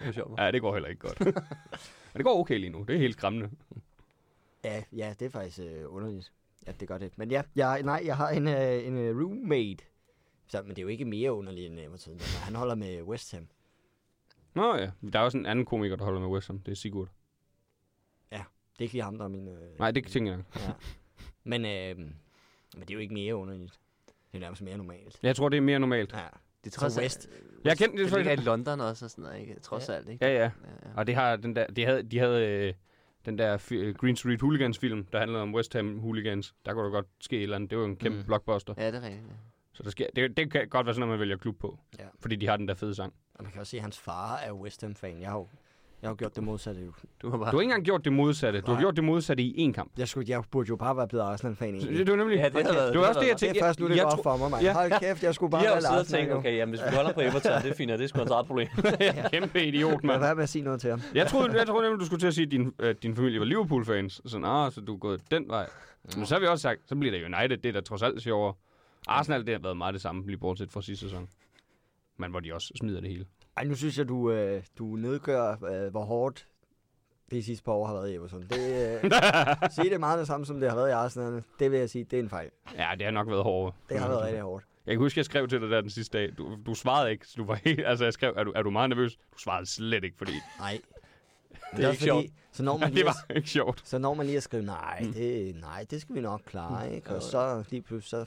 B: er sjovt. hva'?
A: Ja, det går heller ikke godt. Men det går okay lige nu. Det er helt skræmmende.
D: Ja, ja, det er faktisk øh, underligt, at det gør det. Men ja, jeg, nej, jeg har en, øh, en øh, roommate. Så, men det er jo ikke mere underligt end øh, Everton. men Altså, Han holder med West Ham.
A: Nå ja, der er også en anden komiker, der holder med West Ham. Det er Sigurd.
D: Det er ikke lige ham, der er min... Øh,
A: Nej, det tænker jeg nok.
D: Ja. Men, øh, men det er jo ikke mere underligt. Det er nærmest mere normalt.
A: Jeg tror, det er mere normalt.
D: Ja.
B: Det er trods alt...
D: West.
A: Jeg kendte det
B: det ligger i
A: faktisk.
B: London også og sådan noget, ikke? Trods
D: Ja.
B: alt, ikke?
A: Ja, ja.
B: Ja, ja.
A: Og det har den der, de havde, de havde øh, den der fi- øh, Green Street Hooligans film, der handlede om West Ham Hooligans. Der kunne der godt ske et eller andet. Det var jo en kæmpe
D: Mm.
A: mm. blockbuster.
B: ja, det er rigtigt. Ja.
A: Så der sker, det, det kan godt være sådan, at man vælger klub på.
D: Ja.
A: Fordi de har den der fede sang.
D: Og man kan også se, at hans far er West Ham-fan. Jeg har jo, jeg har jo gjort det modsatte. Jo.
B: Du har bare...
A: Du har ikke engang gjort det modsatte. Du har
D: Nej.
A: gjort det modsatte i én kamp.
D: Jeg, skulle, jeg burde jo bare være blevet Arsenal-fan
A: Så
D: egentlig.
A: Det, det var nemlig...
E: Ja, det har været-
A: det var
E: det
A: også
E: har
A: det, jeg
E: været-
A: tænkte.
D: Det er først nu,
A: jeg,
D: det
A: jeg
D: går op
A: tro-
D: for mig, mand.
A: Ja.
D: Hold kæft, jeg skulle
E: De
D: bare
E: har jo
D: være
E: siddet og tænkt,
D: Arsenal. Okay.
E: okay, jamen, hvis vi holder på Everton, det er fint, og det er sgu hans eget problem.
A: Kæmpe idiot,
D: Lad
A: mand.
D: være med at sige noget til ham.
A: Jeg troede, jeg troede nemlig, du skulle til at sige, at din, at din familie var Liverpool-fans. Sådan, ah, så du er gået den vej. Men så har vi også sagt, så bliver det United. Det er da trods alt sjovere. Arsenal, det har været meget det samme, lige bortset fra sidste sæson. Men hvor de også smider det hele.
D: Ej, nu synes jeg, du, øh, du nedgør, øh, hvor hårdt det sidste par år har været i Everton. Det, øh, sige det er meget det samme, som det har været i Arsenal. Det vil jeg sige, det er en fejl.
A: Ja, det har nok været hårdere.
D: Det har været rigtig hårdt.
A: Jeg kan huske, jeg skrev til dig der den sidste dag. Du, du svarede ikke. så Du var helt, altså, jeg skrev, er du, er du meget nervøs? Du svarede slet ikke, fordi
D: Nej.
E: Det er ikke sjovt.
D: Så når man
A: det
D: lige,
A: var ikke sjovt.
D: så når man lige at skrive, nej, det, nej, det skal vi nok klare, ikke? Og så lige pludselig, så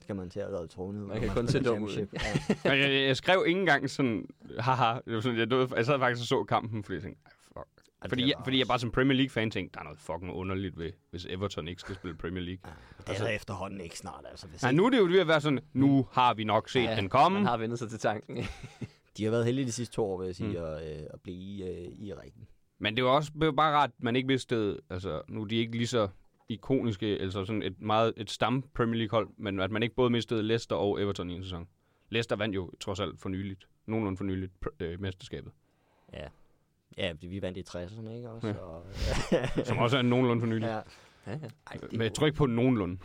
D: skal man til at redde tronen ud.
E: Man
D: når
E: kan kun se
D: spiller
E: dum ud.
D: championship. Ja.
A: Men jeg, jeg, jeg skrev ikke engang sådan, haha. Det var sådan, jeg, nåede, jeg sad faktisk og så kampen, fordi jeg tænkte, "Ej, fuck.
D: det
A: Fordi
D: var
A: jeg, fordi jeg
D: også-
A: bare som Premier League-fan tænkte, der er noget fucking underligt ved, hvis Everton ikke skal spille Premier League.
D: Det er altså, efterhånden ikke snart, altså. Hvis
A: Nej,
D: ikke-
A: nu er det jo ved at være sådan, nu har vi nok set ja, den komme.
B: Man har vendt sig til tanken.
D: De har været heldige de sidste to år, vil jeg sige, at, øh, at blive øh, i rækken.
A: Men det var også det var bare rart, at man ikke vidste, altså nu er de ikke lige så ikoniske, altså sådan et meget et stam Premier League hold, men at man ikke både mistede Leicester og Everton i en sæson. Leicester vandt jo trods alt for nyligt, nogenlunde for nyligt pr- øh, mesterskabet,
D: Ja. Ja, vi vandt i 60'erne, ikke også?
A: Ja.
D: Og, øh,
A: som også er nogenlunde for nyligt. Ja,
D: ja.
B: Ja, ja.
D: Ej, det er
A: med
D: jo-
A: tryk på nogenlunde.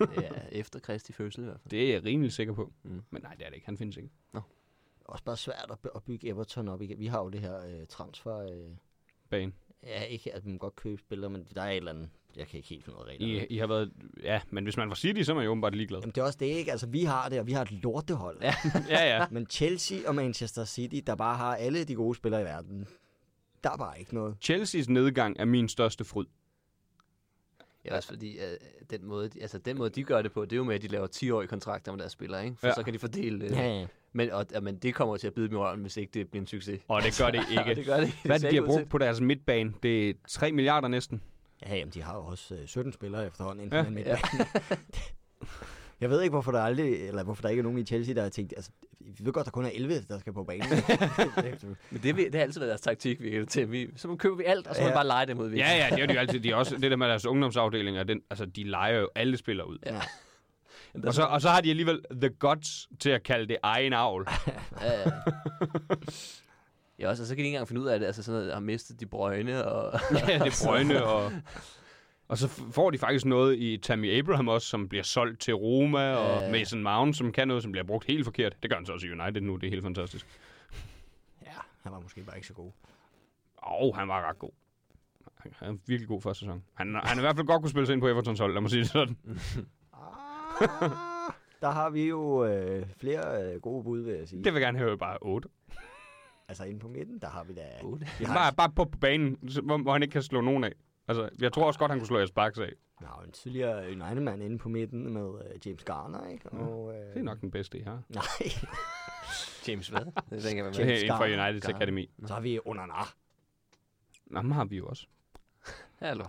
B: Det er efter Kristi fødsel i hvert fald.
A: Det er jeg rimelig sikker på.
B: Mm.
A: Mm. Men nej, det er det ikke. Han findes ikke.
D: også bare svært at, by- at bygge Everton op igen. Vi har jo det her øh, transfer... Øh,
A: Bagen.
D: ja, ikke at man godt købe spillere, men der er et eller andet... Jeg kan ikke helt finde ud af reglerne.
A: I, I har været... Ja, men hvis man var City, så er man jo åbenbart ligeglad.
D: Jamen, det er også det, ikke? Altså, vi har det, og vi har et lortehold. Ja.
A: ja, ja.
D: Men Chelsea og Manchester City, der bare har alle de gode spillere i verden, der er bare ikke noget.
A: Chelseas nedgang er min største fryd.
B: Ja, også fordi øh, den, måde, de- altså, den måde, de gør det på, det er jo med, at de laver 10-årige kontrakter med deres spillere, ikke? For ja.
A: Ja.
B: så kan de fordele det. Ja.
D: ja.
B: Men, og, og, men det kommer jo til at bide dem i røven, hvis ikke det bliver en succes.
A: Og det gør det
B: Ja,
A: ikke.
B: det gør det. ikke.
A: Hvad
B: Det ser
A: de
B: ikke
A: har
B: ud til
A: brugt på deres midtbane? Det er 3 milliarder næsten.
D: Ja, jamen, de har jo også øh, 17 spillere efterhånden inden
A: Ja.
D: for den midtbane. Jeg ved ikke, hvorfor der aldrig, eller hvorfor der ikke er nogen i Chelsea, der har tænkt, altså, vi ved godt, der kun er 11, der skal på banen.
B: Men det, det har altid været deres taktik, virker det til. Vi, så køber vi alt, og så må
D: Ja.
B: vi bare lege dem ud.
A: Ja, ja, det er de jo altid. De er også, det der med deres ungdomsafdelinger, den, altså, de leger jo alle spillere ud.
D: ja.
A: Og så, og så har de alligevel the guts til at kalde det egen avl.
B: Ja, ja. ja, også, og så kan de ikke engang finde ud af det. Altså sådan noget, har mistet de brøgne, og
A: Ja, det er brøgne og... Og så f- får de faktisk noget i Tammy Abraham også, som bliver solgt til Roma, og
B: Ja.
A: Mason Mount, som kan noget, som bliver brugt helt forkert. Det gør han så også i United nu, det er helt fantastisk.
D: ja, han var måske bare ikke så god.
A: Og han var ret god. Han- Han er virkelig god første sæson. Han, han er i hvert fald godt kunne spille sig ind på Evertons hold, lad mig sige det sådan.
D: Ah, der har vi jo øh, flere øh, gode bud, vil jeg sige.
A: Det vil jeg gerne høre bare 8.
D: Altså, inde på midten, der har vi da...
B: Otte.
D: Vi
A: Bare,
D: har,
A: bare på banen, så- hvor, hvor han ikke kan slå nogen af. Altså, jeg tror også godt, han kunne slå Asparks af.
D: vi har jo en tidligere United-mand inde på midten med øh, James Garner, ikke? Og, øh,
A: Det er nok den bedste, I har.
D: Nej,
B: James hvad? Det
A: Det
B: tænker jeg, man
A: her
D: James
A: inden for
D: Garner.
A: Uniteds
B: Garner.
A: Akademi.
D: så har vi Onana.
A: Nå, dem har vi jo også.
B: Hallo.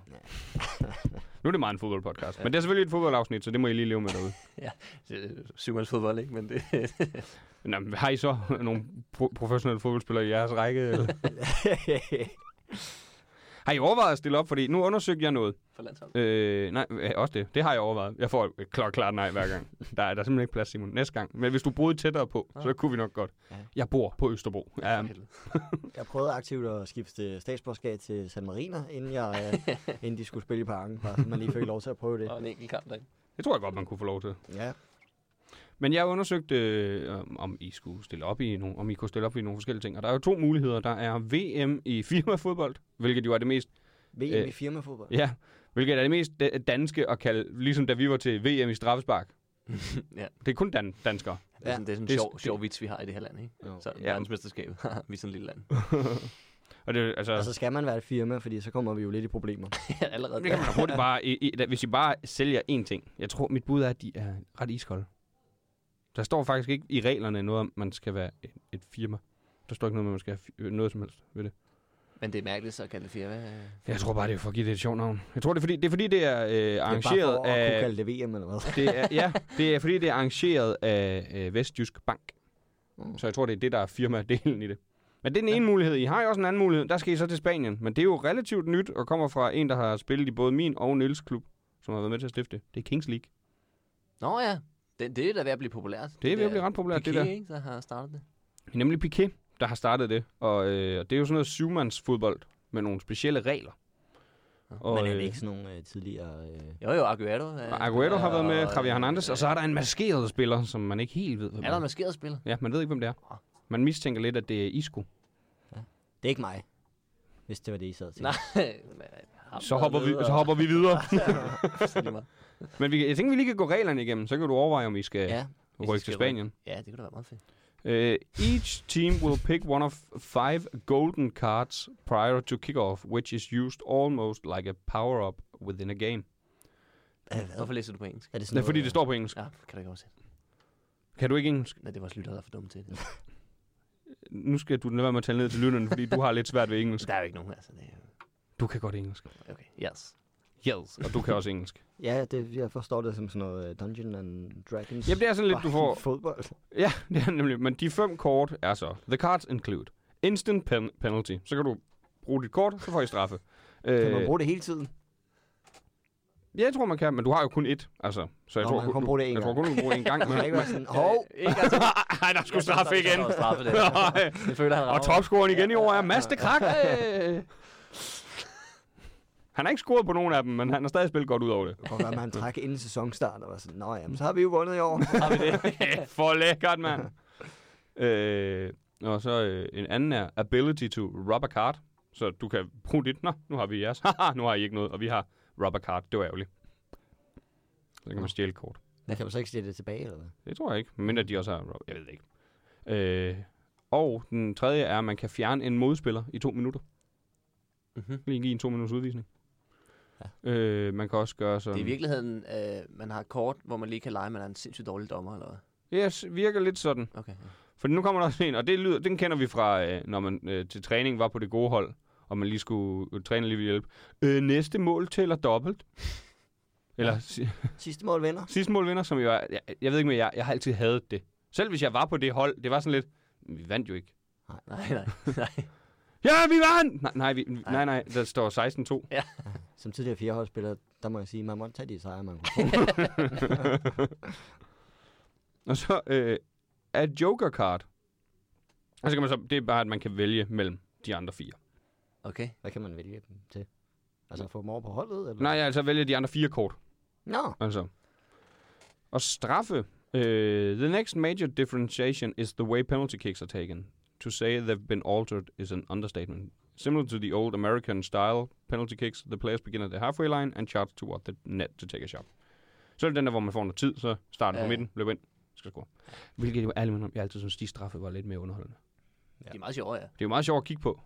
A: Nu er det meget en fodboldpodcast. Men det er selvfølgelig et fodboldafsnit, så det må I lige leve med derude.
B: Syvmands fodbold, ikke? Men det,
A: Nå, men har I så nogle pro- professionelle fodboldspillere i jeres række? Eller? Har I overvejet at stille op? Fordi nu undersøgte jeg noget.
B: for landshold.
A: Øh, nej, øh, også det. Det har jeg overvejet. Jeg får et klokklart nej hver gang. Der er, der er simpelthen ikke plads, Simon. Næste gang. Men hvis du boede tættere på, så kunne vi nok godt.
B: Ja.
A: Jeg bor på Østerbro. Ja,
B: For helvede.
D: Jeg prøvede aktivt at skifte statsborgerskab til San Marino, inden, jeg, øh, inden de skulle spille i parken, bare så man lige fik lov til at prøve det.
B: Og en enkelt kamp derinde.
A: det tror jeg godt, man kunne få lov til.
D: Ja,
A: Men jeg undersøgte, øh, om- om I skulle stille op i nogle, om I kunne stille op i nogle forskellige ting. Og der er jo to muligheder. Der er VM i firmafodbold, hvilket jo er det mest,
D: VM
A: Øh,
D: i firmafodbold.
A: ja, hvilket er det mest da- danske at kalde, ligesom da vi var til VM i straffespark.
B: Ja.
A: Det er kun dan- danskere.
B: Det er sådan, det er sådan en
A: Det er-
B: sjov, sjov vits, vi har i det her land, ikke?
D: Jo.
B: Så
A: Ja.
B: verdensmesterskabet. vi er sådan et lille land.
A: Og det, er jo, altså,
D: Og
A: altså,
D: så skal man være et firma, fordi så kommer vi jo lidt i problemer.
B: Allerede
A: det kan man da hurtigt bare, i, i, da- hvis I bare sælger én ting. Jeg tror, mit bud er, at de er ret iskolde. Der står faktisk ikke i reglerne noget om, at man skal være et, et firma. Der står ikke noget om, at man skal have fi- øh, noget som helst ved det.
B: Men det er mærkeligt så at kalde det firma. øh.
A: Jeg tror bare, det er for at give det et sjovt navn. Jeg tror, det er fordi, det er, fordi det er øh,
D: Det er bare
A: arrangeret
D: for at kunne
A: af...
D: kalde det VM eller hvad.
A: Det er, ja, det er fordi, det er arrangeret af øh, Vestjysk Bank.
D: Mm.
A: Så jeg tror, det er det, der er firmadelen i det. Men det er den ene mulighed. I har jo også en anden mulighed. Der skal I så til Spanien. Men det er jo relativt nyt og kommer fra en, der har spillet i både min og Nils klub, som har været med til at stifte det. Det er Kings League.
B: Nå ja, det, det er da ved at blive populært.
A: Det er ved at blive
B: der
A: ret populært, det
B: Piqué,
A: der.
B: Ikke, der har startet det.
A: Det er nemlig Piqué, der har startet det. Og øh, og det er jo sådan noget syvmandsfodbold med nogle specielle regler.
D: Og, Men er det
A: øh,
D: ikke sådan nogle øh, tidligere... Øh,
B: Jo jo, Aguero. Øh,
A: Og Aguero har været med,
B: og-
A: Javier Hernandez, og så er der en maskeret spiller, som man ikke helt ved, hvem
B: Er der en maskeret spiller?
A: Ja, man ved ikke, hvem det er. Man mistænker lidt, at det er Isco.
D: det er ikke mig. Hvis det var det, I sad til.
B: Nej. øh,
A: Så hopper vi, så hopper vi videre.
B: hopper
A: Men vi, kan- jeg tænker, vi lige kan gå reglerne igennem, så kan du overveje, om I skal ja,
B: Ja, hvis vi
A: rykke
B: skal
A: til Spanien.
B: Ja, det kunne da være meget fedt.
A: Uh, each team will pick one of five golden cards prior to kickoff, which is used almost like a power-up within a game.
D: Hvad, hvad?
B: Hvorfor læser du på engelsk?
D: Er det sådan
A: Det er fordi,
D: noget,
A: det står på engelsk.
B: Ja, kan du ikke oversætte.
A: Kan du ikke engelsk?
B: Nej, det var lytter, der er for dumme til det.
A: Nu skal du lade være med at tale ned til lytterne, fordi du har lidt svært ved engelsk.
B: Der er jo ikke nogen, altså. Det er, jo-
A: Du kan godt engelsk.
B: okay, yes. Yes.
A: Og du kan også engelsk.
D: øh, Ja, det, jeg forstår det som sådan noget øh, Dungeon and Dragons.
A: Jamen, det er sådan lidt, du
D: Bare
A: får...
D: Fodbold.
A: Ja, det er nemlig. Men de fem kort er så... The cards include instant pen- penalty. Så kan du bruge dit kort, så får I straffe.
D: Kan man
A: Øh,
D: bruge det hele tiden?
A: ja, jeg tror, man kan, men du har jo kun ét. Altså, så jeg
D: Nå,
A: tror,
D: man
A: kun-
D: kan kun bruge det én
A: jeg tror
D: gang.
A: kun, du kan bruge det en gang.
D: Man kan
A: men,
D: ikke være sådan, hov,
B: Ikke altså,
A: Ej, der skulle
B: Jeg tror,
A: straffe
B: der-
A: igen.
B: der står straffe der.
A: Nej.
B: det føler han
A: Og topscoren igen i år er Mads de Krak. Han har ikke scoret på nogen af dem, men han har stadig spillet godt ud over det.
D: Det kunne godt være, man træk inden sæsonstart, og var sådan, nå jamen, så har vi jo vundet i år.
B: Har vi det?
A: For lækkert, mand. øh, og så øh, en anden er ability to rub a card. Så du kan bruge dit. Nå, nu har vi jeres. Haha, nu har I ikke noget, og vi har rub a card. Det var ærgerligt. Så kan man stjæle et kort.
D: Men kan man så ikke stille det tilbage, eller hvad?
A: Det tror jeg ikke. Men at de også har rub. Jeg ved det ikke. Øh, og den tredje er, at man kan fjerne en modspiller i to minutter.
B: Mhm.
A: Lige give en to minutters udvisning. Ja. Øh, man kan også gøre sådan...
B: Det er i virkeligheden, øh, man har et kort, hvor man lige kan lege, man er en sindssygt dårlig dommer, eller hvad?
A: Yes, virker lidt sådan.
B: Okay. ja.
A: For nu kommer der også en, og det lyder, den kender vi fra, øh, når man øh, til træning var på det gode hold, og man lige skulle øh, træne lige ved hjælp. Øh, næste mål tæller dobbelt. Eller si-
D: Sidste mål vinder.
A: sidste mål vinder, som jo er, jeg, jeg ved ikke med jer, jeg har altid hadet det. Selv hvis jeg var på det hold, det var sådan lidt, vi vandt jo ikke.
B: Nej, nej, nej.
A: Ja, vi vandt! Nej, nej, vi, nej, nej der står 16-2.
D: Som tidligere fireholdsspiller, der må jeg sige, man måtte tage de sejre, man kunne få.
A: Og så øh, er Joker Card. Og så kan man så, det er bare, at man kan vælge mellem de andre fire.
B: Okay.
D: Hvad kan man vælge dem til? Altså at få dem over på holdet? Eller?
A: Nej, jeg altså vælge de andre fire kort.
D: Nå,
A: Altså. Og straffe. Uh, the next major differentiation is the way penalty kicks are taken. To say they've been altered is an understatement. Similar to the old American style penalty kicks, the players begin at the halfway line and charge toward the net to take a shot. Så er det den der, hvor man får noget tid, så starter ja.
B: Ja.
A: på midten, løber ind, skal score. Hvilket jo ærligt, men jeg altid synes, de straffe var lidt mere underholdende.
B: De er meget sjove, ja.
A: Det er jo meget sjovt at kigge på.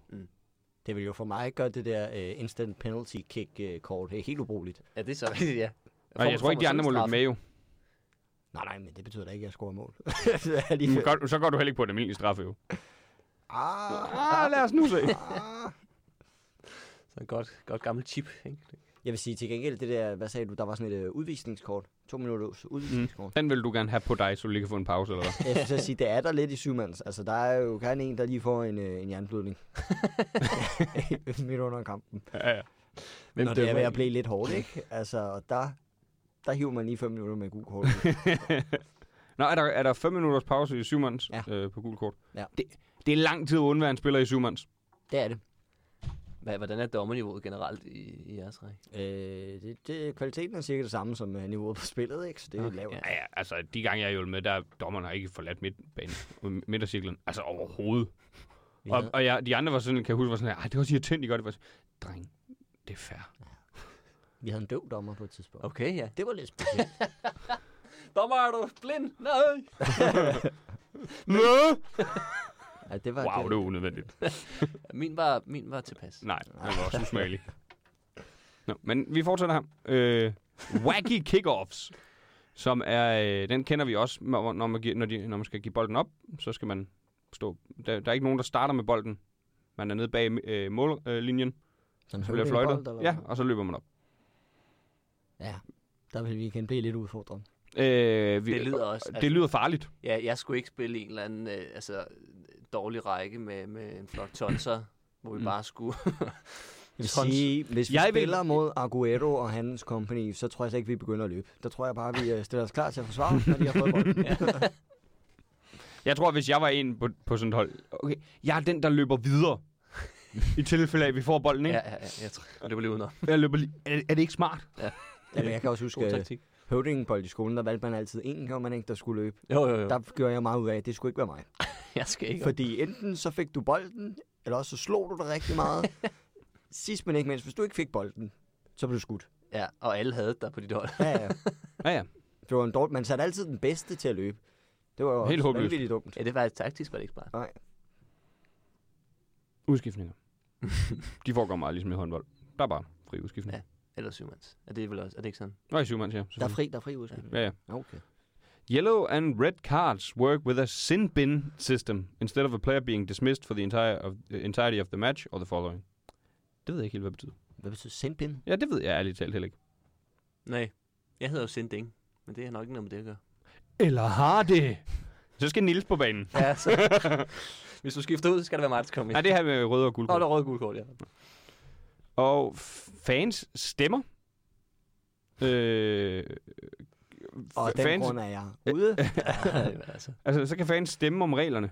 D: det vil jo for mig gøre det der uh, instant penalty kick uh, kort helt ubrugeligt.
B: Ja, det er så rigtigt, ja.
A: Og jeg tror ikke, de andre må løbe med jo.
D: Nej, nej, men det betyder da ikke, at jeg scorer mål. det er lige
A: Men gør- Så går du heller ikke på en almindelig straffe jo.
D: ah,
A: Ah, lad os nu se.
D: ah.
B: Så et godt, godt gammelt chip, ikke?
D: Jeg vil sige til gengæld, det der, hvad sagde du, der var sådan et uh, udvisningskort. To minutters udvisningskort. Mm.
A: Den vil du gerne have på dig, så du lige kan få en pause eller hvad?
D: Jeg synes, at sige, det er der lidt i syvmands. Altså, der er jo gerne en, der lige får en, øh, en jernblødning. Midt under kampen.
A: Ja, ja.
D: Hvem Når det er
B: dømmer
D: ved
B: I?
D: at blive lidt hårdt, ikke? Altså, og der, der hiver man lige fem minutter med gul kort.
A: Nå, er der, er der fem minutters pause i syvmands
D: Ja.
A: ja. øh, på gul kort?
D: Ja.
A: Det, det er lang tid at undvære en spiller i syvmands.
D: det er det.
B: Hvad, hvordan er dommerniveauet generelt i, i jeres række?
D: Øh, det, det, kvaliteten er cirka det samme som uh, niveauet på spillet, ikke? Så det er okay, lavt.
B: ja.
D: Ja.
A: Ja, ja, altså de gange, jeg har hjulpet med, der dommeren har ikke forladt midtbanen, øh, midtercirklen. Altså overhovedet.
D: Vi
A: Og,
D: havde-
A: og jeg, de andre var sådan, kan jeg huske, var sådan, her, "Ej, det var så irriterende, I gør det. Var sådan, Dreng, det er fair.
D: Vi havde en døv dommer på et tidspunkt. Okay.
B: Okay, ja.
D: Det var lidt specielt.
B: Dommer, er du blind? Nej.
A: Nå!
D: ja, det var
A: Wow,
D: det.
A: det var unødvendigt.
B: Min var, min var tilpas.
A: Nej, det var også usmagelig. Nå, men vi fortsætter her. Øh, wacky kickoffs. som er, øh, den kender vi også, når når man, giver, når, de, når man skal give bolden op, så skal man stå. Der, der er ikke nogen, der starter med bolden. Man er nede bag øh, mållinjen,
D: Som
A: så bliver fløjtet, ja, og så løber man op.
D: ja. Der vil vi igen blive lidt udfordret.
A: Øh, vi,
B: Det lyder også-
A: Det
B: altså-
A: lyder farligt.
B: Ja, jeg skulle ikke spille en eller anden øh, altså, dårlig række med, med en flok tonser, hvor vi
A: Mm.
B: mm. bare skulle...
D: Jeg vil
B: Tons.
D: sige, hvis vi
A: Jeg
D: jeg
A: vil-
D: spiller vil... mod Aguero og hans company, så tror jeg slet ikke, vi begynder at løbe. Der tror jeg bare, vi øh, stiller os klar til at forsvare, når de har fået bolden.
A: Jeg tror, hvis jeg var en på, på sådan et hold, okay, jeg er den, der løber videre. I tilfælde af, at vi får bolden, ikke?
B: ja,
A: Ja.
B: ja, ja, jeg tror, det var lige udenom.
A: Jeg løber lige. Er, er det ikke smart?
D: ja, men jeg kan også huske,
E: God
D: at
E: taktik.
D: høvdingenbold i skolen, der valgte man altid en, kan man ikke, der skulle løbe.
E: Jo, jo, jo.
D: Der gjorde jeg meget ud af, at det skulle ikke være mig.
B: Jeg skal ikke op.
D: Fordi enten så fik du bolden, eller også så slog du dig rigtig meget. Sidst men ikke mindst, hvis du ikke fik bolden, så blev du skudt.
B: Ja, og alle havde dig på dit hold.
D: Ja, ja.
A: Ja, ja.
D: Det var en dårlig, man satte altid den bedste til at løbe. Det var jo
A: Helt
D: Helt også
A: håbløst.
D: vanvittigt dumt.
B: Ja, det var et taktisk, var det ikke bare?
A: Udskiftninger. De foregår meget ligesom i håndbold. Der er bare fri udskiftning. Ja.
B: Ja. Eller syvmands. Er det vel også? Er det ikke sådan?
A: Nå, i syv mands, ja.
D: Der er
A: selvfølgelig.
D: fri, der er fri udskiftning.
A: Ja, ja.
D: Okay.
A: Yellow and red cards work with a sin bin system, instead of a player being dismissed for the entire of, uh, entirety of the match or the following. Det ved jeg ikke helt, hvad det betyder.
D: Hvad betyder sendpin?
A: Ja, det ved jeg ærligt talt heller ikke.
B: Nej. Jeg hedder jo Sinding, men det har nok ikke noget med det at gøre.
A: Eller har det? Så skal Nils på banen.
B: Ja, så... Hvis du skifter ud, så skal det være mig, der skal komme ind.
A: Nej, det her med røde og guld.
B: Nå, der er rød gul kort, ja.
A: Og f- fans stemmer. Øh,
D: Og af
A: f-
D: den
A: fans,
D: grund er jeg ude.
B: altså,
A: altså, så kan fans stemme om reglerne.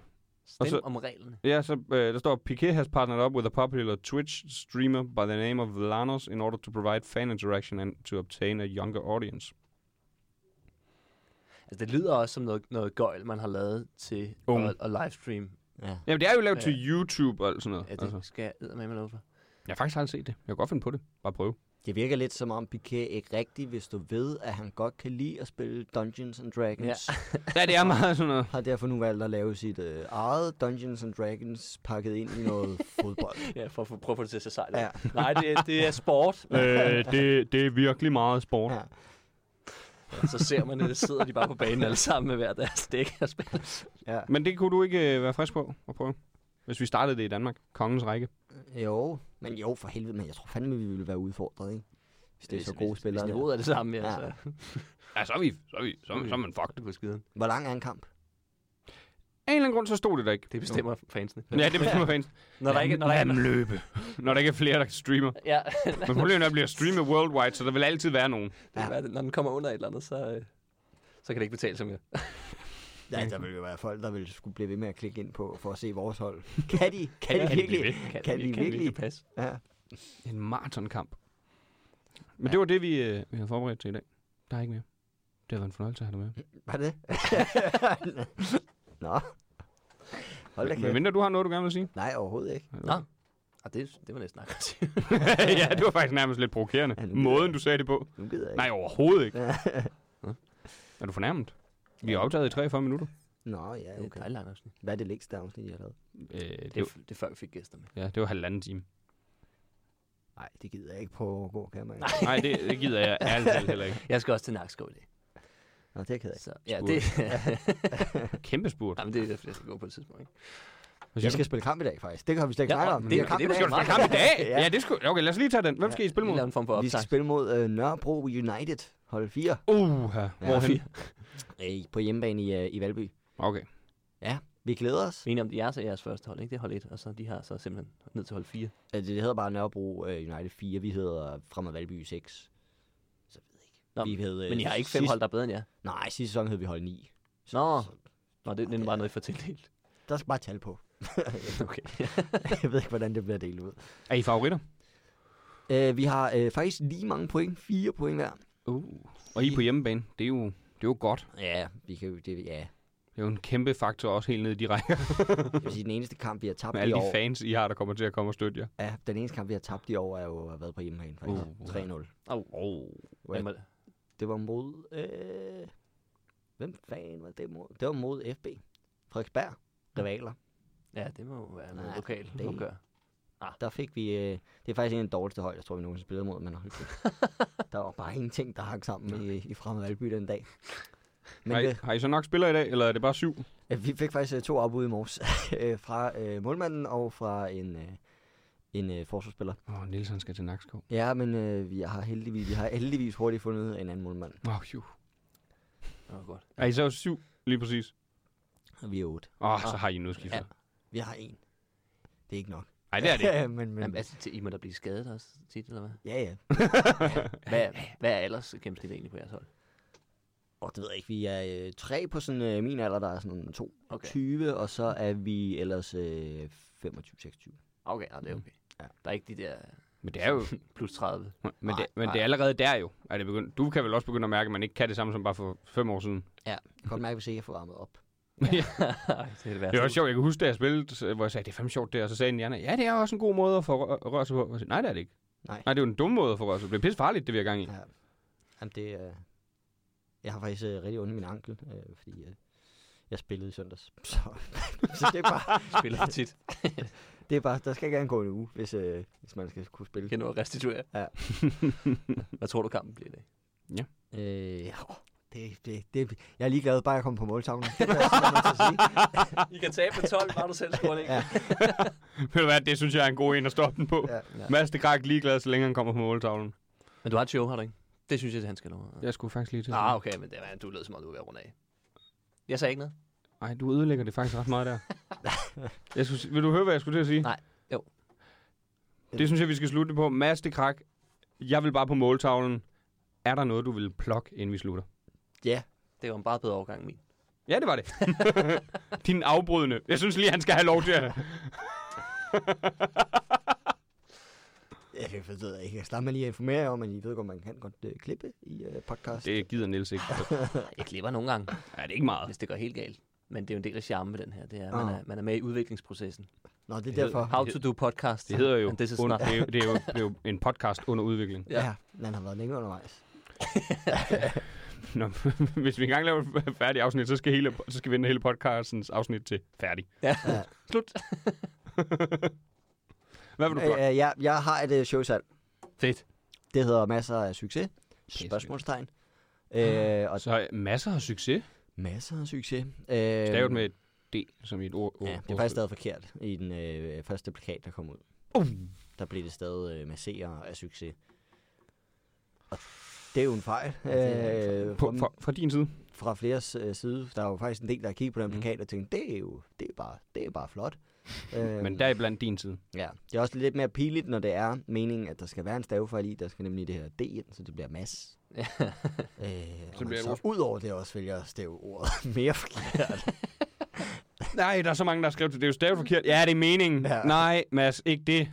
A: Og
B: stem
A: så-
B: så... om reglerne.
A: Ja, så øh, der står, Piquet has partnered up with a popular Twitch streamer by the name of Lanos in order to provide fan interaction and to obtain a younger audience.
B: Altså, det lyder også som noget, noget gøjl, man har lavet til
A: Unge.
B: at, at livestream.
D: ja.
A: Jamen, det er jo lavet ja.
B: Ja.
A: til YouTube og sådan noget.
B: Ja, det
A: altså.
B: altså. skal jeg eddermame love for.
A: Jeg har faktisk aldrig set det. Jeg kan godt finde på det. Bare prøve.
D: Det virker lidt som om Piquet ikke rigtigt vil stå ved, at han godt kan lide at spille Dungeons and Dragons. Ja.
A: Ja, det er meget sådan noget.
D: Har derfor nu valgt at lave sit øh, eget Dungeons and Dragons pakket ind i noget fodbold.
E: Ja, for at få- prøve at få det til at se sejt. ud.
D: Ja.
E: Nej, det, er- det er sport.
A: øh, det, det er virkelig meget sport.
D: ja.
B: Så ser man det, sidder de bare på banen alle sammen med hver deres dæk og spiller.
D: ja.
A: Men det kunne du ikke øh, være frisk på at prøve? Hvis vi startede det i Danmark. Kongens række.
D: Jo, men jo for helvede, men jeg tror fandme, vi ville være udfordret, ikke? Hvis det er så gode spillere.
B: Hvis
D: der.
B: niveauet er det samme, ja,
D: Ja.
B: ja. så
A: Ja, så er vi, så er vi, så, så er man fucked.
B: det på skiden.
D: Hvor lang er en kamp?
A: Af en eller anden grund, så stod det der ikke.
B: Det bestemmer fansene.
A: Ja, det bestemmer fans.
B: Når der ikke, når der
A: Lad
B: ikke,
A: dem løbe. Når der ikke er flere, der streamer.
B: ja,
A: Men problemet er, at bliver streamet worldwide, så der vil altid være nogen.
B: det er, når den kommer under et eller andet, så, øh, så kan det ikke betale sig mere.
D: Ja, der ville jo være folk, der ville skulle blive ved med at klikke ind på, for at se vores hold. Kan de? Kan de virkelig?
B: Kan, det,
D: Kan vi
B: kan det
D: virkelig?
B: virkelig passe?
D: Ja.
A: En maratonkamp. Men det var det, vi, øh, vi havde forberedt til i dag. Der er ikke mere. Det har været en fornøjelse at have dig med.
D: Var det? Nå. Hold da
A: Men
D: kæft.
A: mindre du har noget, du gerne vil sige?
D: Nej, overhovedet ikke.
B: Nå. Ah, det, det var næsten aggressivt.
A: ja, det var faktisk nærmest lidt provokerende.
D: Ja, nu gider
A: Måden,
D: jeg.
A: du sagde det på.
D: Nu gider jeg
A: Nej,
D: ikke.
A: overhovedet ikke.
D: Nej.
A: Er du fornærmet? Vi er optaget i 43 minutter.
D: Nå, ja,
B: Det er et
D: okay.
B: dejligt langt afsnit.
D: Hvad er det længste afsnit, jeg har lavet?
A: Øh,
B: Det,
A: det,
B: er- det er før vi fik gæster med.
A: ja, det var halvanden time.
D: Nej, det gider jeg ikke på at gå, kan man.
A: Nej, det, det gider jeg ærligt talt heller ikke.
B: Jeg skal også til Nakskov i dag.
D: Nå, det er jeg ked af.
B: Så, ja,
A: Spurt.
B: det,
A: Kæmpe spurt.
B: jamen, det er derfor, jeg skal gå på et tidspunkt. Ikke?
A: Hvad
D: Vi
A: siger du?
D: skal spille kamp i dag, faktisk. Det kan vi slet ikke
B: Ja,
D: snakke
B: og
D: om.
B: det-
D: Vi har
B: det
D: kamp i
B: er
D: dag.
B: måske
A: Skal du spille kamp i dag?
D: Ja.
A: Ja, det skulle... Okay, lad os lige tage den. Hvem skal I spille
B: Vi
A: mod?
B: laver en form for
D: Vi skal
B: optag.
D: spille mod øh, Nørrebro United, hold 4,
A: Uh, hvorhen?
D: øh, på hjemmebane i, øh, i Valby.
A: Okay.
D: Ja, vi glæder os.
B: Men om de er så jeres første hold, ikke? Det er hold 1, og så de har så simpelthen ned til hold 4.
D: Øh, Det hedder bare Nørrebro øh, United 4, vi hedder Fremad Valby 6. Så ved jeg ikke.
B: Nå,
D: vi hed, øh,
B: Men I har ikke fem
D: sidst-
B: hold, der er bedre end jer.
D: Nej, sidste sæson hed vi hold 9. Så,
B: Nå.
D: så,
B: Nå, det, det er bare noget, I får tildelt.
D: der skal bare tal på.
B: Okay.
D: jeg ved ikke, hvordan det bliver delt ud.
A: Er I favoritter?
D: Øh, vi har øh, faktisk lige mange point. Fire point hver.
A: Uh. Og I er på hjemmebane. Det er jo, det er jo godt.
D: Ja, vi kan jo... Det, ja.
A: Det er jo en kæmpe faktor også helt ned i de rækker
D: Jeg vil sige, den eneste kamp, vi har tabt
A: med
D: i
A: alle de
D: år...
A: fans, I har, der kommer til at komme og støtte jer.
D: Ja, den eneste kamp, vi har tabt i år, er jo har været på hjemmebane, faktisk.
A: Uh, uh.
D: 3-0.
B: Au. Oh. Hvem er det?
D: Det var mod... Øh, hvem fanden var det mod? Det var mod FB. Frederiksberg. Rivaler.
B: Ja, det må jo være noget
D: Nej,
B: lokalt
D: det-
B: opgør. Ah.
D: Der fik vi... Øh, det er faktisk en af de dårligste hold, jeg tror, vi nogensinde spillede mod, men hold kæft. der var bare ingenting, der hang sammen i, i Fremad Valby den dag. Men
A: Har I,
D: øh,
A: har I så nok spillere i dag, eller er det bare syv?
D: øh, vi fik faktisk øh, to afbud i morges øh, fra øh, målmanden og fra en, øh, en øh, forsvarsspiller.
A: Åh, oh, Nielsen skal til Nakskov.
D: Ja, men øh, vi, har heldigvis, vi har heldigvis hurtigt fundet en anden målmand.
A: Åh, oh, jo.
B: Åh, oh, godt.
A: Er I så syv, lige præcis?
D: Og vi er otte.
A: Åh, oh, så har I en udskiftet.
B: Ja.
D: Vi har en. Det er ikke nok.
A: Nej, det er det ikke.
D: men, men,
B: Jamen, altså, til- I må da blive skadet også tit, eller hvad?
D: ja, ja.
B: Hvad, hvad er ellers gennemsnittet egentlig på jeres hold?
D: Og det ved jeg ikke, vi er øh, tre på sådan øh, min alder, der er sådan 22,
B: Okay.
D: okay. og så er vi ellers øh, 25-26.
B: Okay, nej, det er okay.
D: Ja.
B: Der er ikke de der
A: Men det er jo...
B: plus 30.
A: Men, det,
B: Nej,
A: men
B: nej.
A: det er allerede der jo. Er det begyndt, du kan vel også begynde at mærke, at man ikke kan det samme som bare for fem år siden.
D: Jeg kan godt mærke, hvis ikke jeg får varmet op.
B: det er det værste.
A: Det er også sjovt, jeg kan huske, da jeg spillede, så- hvor jeg sagde, det er fandme sjovt det, og så sagde en hjerne, ja, det er også en god måde at få rø- rør sig på. Og Jeg sagde, Nej, det er det ikke.
D: Nej.
A: Nej, det er jo en dum måde at få rør sig på. Det er pisse farligt, det vi har gang i.
D: Ja. Jamen, det Øh, jeg har faktisk øh, rigtig ondt i min ankel, øh, fordi øh, jeg spillede i søndags. Så, så det, er bare,
E: Spiller for tit.
D: det er bare, der skal gerne gå en uge, hvis, øh, hvis man skal kunne spille.
E: Kan nå at restituere.
D: Ja.
E: Hvad tror du, kampen bliver i dag?
D: Øh, ja, åh, det, det, det, jeg er ligeglad, bare jeg kommer på måltavlen. Det er jeg simpelthen nødt til at sige.
E: I kan tabe med 12, bare du selv scorer det.
D: Ja.
A: Ved du hvad, det synes jeg er en god en at stoppe den på.
D: Ja.
A: Ja.
B: Ja.
A: Mads de Krak ligeglad, så længe han kommer på måltavlen.
B: Men du har et show, har du ikke? Det synes jeg, at han skal nå.
A: Jeg skulle faktisk lige til.
B: Nå, ah, okay, men det var, du lød som om, du var ved at runde af. Jeg sagde ikke noget.
A: Nej, du ødelægger det faktisk ret meget der. jeg skulle, s- vil du høre, hvad jeg skulle til at sige?
B: Nej, jo.
A: Det synes jeg, vi skal slutte det på. Mads de Krak, jeg vil bare på måltavlen. Er der noget, du vil plukke, inden vi slutter?
B: Det var en meget bedre overgang end min.
A: Ja, det var det. Din afbrydende. Jeg synes lige, han skal have lov til at...
D: Jeg ved jeg ikke. Jeg starter med lige at informere jer om, at I ved godt, man kan godt øh, klippe i øh, podcast.
A: Det gider Niels ikke.
B: Jeg klipper nogle gange,
A: Ja, det er ikke meget.
B: hvis det går helt galt. Men det er jo en del af charmen ved den her. Det er, at man,
D: Ah.
B: er, man er med i udviklingsprocessen.
D: Nå, det er
A: hedder-
D: derfor.
B: How to do podcast.
A: Det hedder jo,
B: And this is
A: under,
B: not.
A: det, er, jo- det, er jo, det er jo en podcast under udvikling.
D: Ja. ja. han har været længe undervejs.
A: Nå, hvis vi engang laver et færdigt afsnit, så skal, hele, så skal vi vende hele podcastens afsnit til færdig.
B: Ja.
D: Ja.
B: Slut.
A: Hvad vil du plukke?
D: Øh, øh, ja, jeg har et øh, showsalg.
B: Fedt.
D: Det hedder Masser af succes. Spørgsmålstegn. Øh, og
A: Så masser af succes.
D: masser af succes. Øh,
A: Stavet med et D, som i et ord.
D: Ja, det er faktisk stadig forkert i den øh, første plakat, der kom ud.
A: Uh.
D: Der blev det stadig øh, med C'er af succes. Og det er jo en fejl.
B: det
D: Øh,
A: På,
D: fra-
A: fra, fra din side.
D: fra flere øh, side. Der er jo faktisk en del, der har kigget på den
A: Mm.
D: plakat og tænkt, det er jo det er bare, det er bare flot. øhm,
A: Men der er blandt din side.
D: ja. Det er også lidt mere pinligt, når det er meningen, at der skal være en stavefejl i. Der skal nemlig det her D ind, så det bliver mas.
B: Ja.
D: Øh, så
A: bliver
D: bliver
A: det
D: så ud over det også vælger at stave ordet mere forkert.
A: Nej, der er så mange, der har skrevet det. Det er jo stavet forkert. Ja, det er meningen.
D: Ja.
A: Ja. Nej, Mads, ikke det.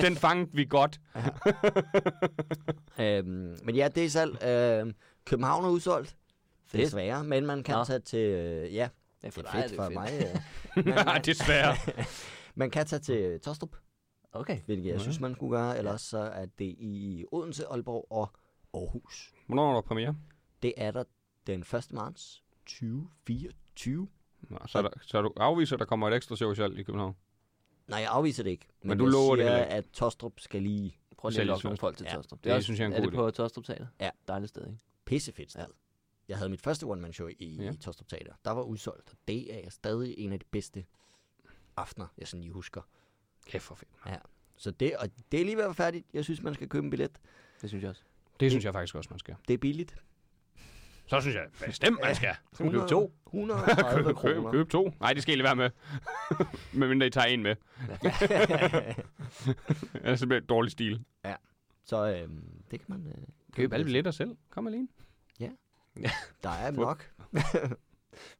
A: Den fangede vi godt.
D: øhm, men ja, det er salg. Øhm, København er udsolgt.
B: Fedt.
D: Desværre, men man kan
B: Nå.
D: tage til, øh, ja,
B: Ja,
D: det er
B: dig
D: fedt for mig. øh.
A: Nej, desværre.
D: Man kan tage til Tostrup,
B: Okay.
D: hvilket jeg
A: Ja.
D: synes, man kunne gøre. Ellers så er det i Odense, Aalborg og Aarhus.
A: Hvornår er der premiere?
D: Det er der den 1. marts 2024.
A: Nå, så, er der, så er du afviser, at der kommer et ekstra show i alt i København.
D: Nej, jeg afviser det ikke. Men,
A: Men du
D: jeg
A: lover det
D: siger,
A: heller
D: at Tostrup skal lige
B: Prøv lige
A: Sælg
B: at
A: i
B: lokke nogle
A: Tostrup.
B: folk til
D: Ja,
B: Tostrup.
A: det synes jeg er en
B: Er
A: god
B: det på Tostrup Teater?
D: Ja.
B: Dejligt sted, ikke?
D: pissefedt sted.
B: Ja.
D: Ja. Jeg havde mit første one-man-show i, ja.
A: Ja.
D: i Tostrup Teater. Der var udsolgt, og det er jeg stadig en af de bedste aftener, jeg sådan lige husker.
A: Kæft for fedt.
D: Så det, og det er lige ved at være færdigt. Jeg synes, man skal købe en billet.
B: Det synes jeg også.
A: Det synes jeg faktisk også, man skal.
D: Det er billigt.
A: Så synes jeg bestemt, man skal.
D: Skal man købe
A: to? Køb,
D: 130
A: køb,
D: kroner.
A: køb to. Nej, det skal I lade være med. Medmindre I tager en med. Ellers så bliver det dårlig stil.
D: Så øhm, det kan man... Øh,
A: Køb alle
D: billet.
A: billetter selv. Kom alene.
D: Der er nok.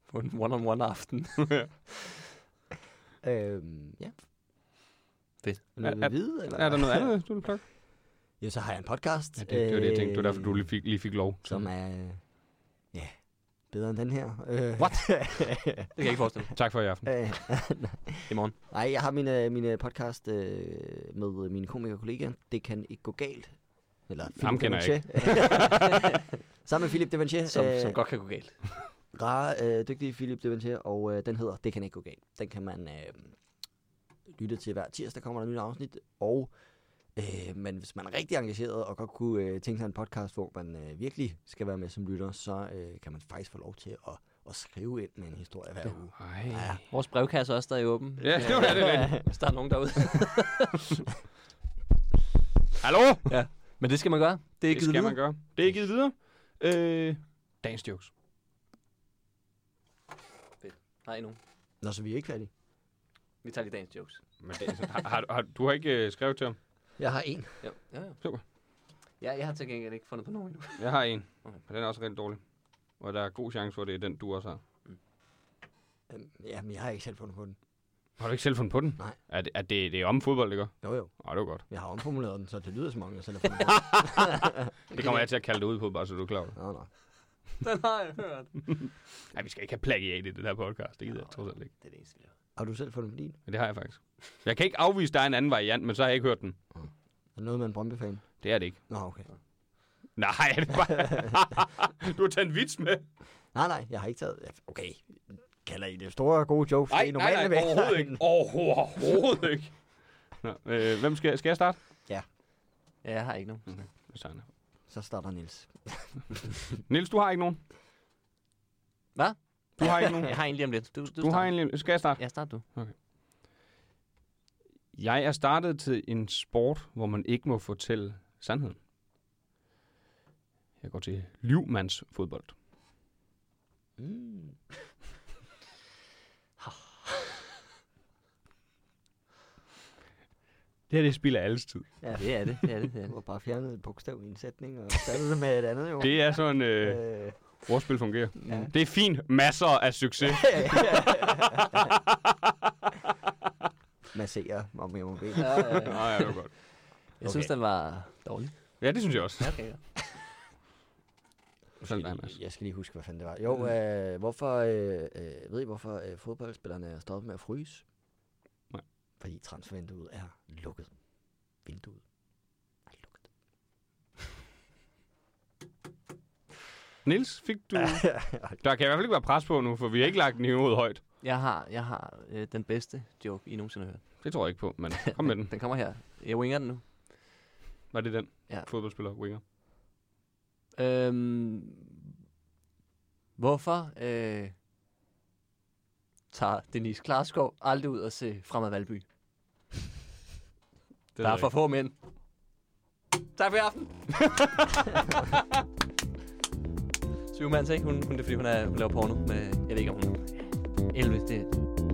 B: På en one-on-one aften.
D: Øhm, ja.
B: Fedt.
D: Er der noget
A: Er-
D: at vide, eller?
A: Er der noget andet, du vil plukke?
D: Ja, så har jeg en podcast.
A: Ja, det, det var det, jeg tænkte. Det var derfor, du
D: øh,
A: lige fik, lige fik lov.
D: Som er, ja, bedre end den her. Øh,
B: What? Det kan jeg ikke forestille mig.
A: Tak for i aften.
D: øh,
B: I morgen.
D: nej, jeg har min, øh, min øh, podcast øh, med mine komikerkollegaer. Det kan ikke gå galt. Eller Philip
A: kender jeg
D: Devanché. Sammen med Philip Devanché.
B: Som, som godt kan gå galt.
D: Rare, øh, dygtige Philip Devanché, og øh, den hedder Det kan ikke gå galt. Den kan man øh, lytte til hver tirsdag, kommer der et nyt afsnit. Og øh, men hvis man er rigtig engageret og godt kunne øh, tænke sig en podcast, hvor man øh, virkelig skal være med som lytter, så øh, kan man faktisk få lov til at, at skrive ind med en historie hver uge.
A: Ej.
D: Ja.
B: Vores brevkasse er også stadig åben.
A: Ja, det var det rigtigt.
B: Hvis der er nogen derude.
A: Hallo?
B: Men det skal man gøre. Det er
A: Det
B: givet
A: skal man
B: videre.
A: gøre. Det er givet videre. Øh, dagens jokes.
B: Nej, nu.
D: Nå, så vi er ikke færdige.
B: Vi tager lige dagens jokes.
A: Men dagens, har, har, har, du har ikke øh, skrevet til ham?
D: Jeg har en.
B: Jo. Ja, ja.
A: Super.
B: Ja, jeg har til gengæld ikke fundet på nogen endnu.
A: Jeg har en.
B: Okay.
A: Og den er også rigtig dårlig. Og der er god chance for, at det er den, du også har.
D: Øhm, Jamen, jeg har ikke selv fundet på den.
A: Har du ikke selv fundet på den?
D: Nej.
A: Er det, er det, det er om fodbold, det gør?
D: Jo, jo.
A: Åh, det var godt.
D: Jeg har omformuleret den, så det lyder som om, jeg selv har fundet på
A: Det kommer jeg til at kalde det ud på, bare så du er klar over det.
D: den. Nå, nå.
B: Den har jeg hørt.
A: Ej, vi skal ikke have plagiat i det der podcast. Det gider jeg trods alt ikke.
B: Det er det eneste, vi laver.
D: Har du selv fundet på din?
A: Men det har jeg faktisk. Jeg kan ikke afvise, der er en anden variant, men så har jeg ikke hørt den.
D: Er det noget med en Brøndby-fan?
A: Det er det ikke.
D: Nå, okay.
A: Nej, det er bare... du har taget en vits med.
D: Nej, nej, jeg har ikke taget... ja, Okay, kalder I det store gode joke?
A: Nej, nej, nej, overhovedet ikke. Overhovedet ikke. Nå, øh, hvem skal, skal jeg starte?
B: Ja, jeg har ikke nogen.
A: Sejne.
D: Så starter Nils.
A: Niels, du har ikke nogen?
B: Hvad?
A: Du har ikke nogen?
B: Jeg har en lige om lidt. Du, du,
A: Du har
B: en.
A: egentlig... Skal jeg starte?
B: Ja, start du.
A: Jeg er startet til en sport, hvor man ikke må fortælle sandheden. Jeg går til livmandsfodbold.
D: Mm.
A: Det her, det spilder alles tid.
D: Ja,
B: Det er det, det er det, det er
D: du
B: det.
D: har bare fjernet et bogstav i en sætning, og erstattet det med et andet, jo.
A: Det er sådan, øh,
D: Øh,
A: ordspil fungerer.
D: ja.
A: Det er fint. Masser af succes.
D: Øh. Masserer, om jeg må bede.
B: Ja, ja, ja.
A: Nå, ja, det var godt.
B: Jeg synes,
D: Okay.
B: den var dårlig.
A: Ja, det synes jeg også.
B: Ja, okay, ja.
A: Sådan er det, altså.
D: Jeg skal lige huske, hvad fanden det var. Jo, øh, hvorfor, øh, øh, ved I, hvorfor øh, fodboldspillerne er stoppet med at fryse?
A: Nej.
D: Fordi transfervinduet er lukket. Vinduet er lukket.
A: Niels, fik du... Der kan i hvert fald ikke være pres på nu, for vi har ikke lagt niveauet højt.
B: Jeg har, jeg har øh, den bedste joke, I nogensinde har hørt.
A: Det tror jeg ikke på, men kom med den.
B: Den kommer her. Jeg winger den nu.
A: Var det den?
B: Ja.
A: Fodboldspiller, winger.
B: Øhm, hvorfor øh, tager Denise Klarskov aldrig ud og se Fremad Valby? Det
A: Det
B: Der er for få mænd. Tak for i aften. Syvmands, ikke? Hun, hun, det er, fordi hun, er, hun laver porno med, jeg ved ikke, om hun 11. Det,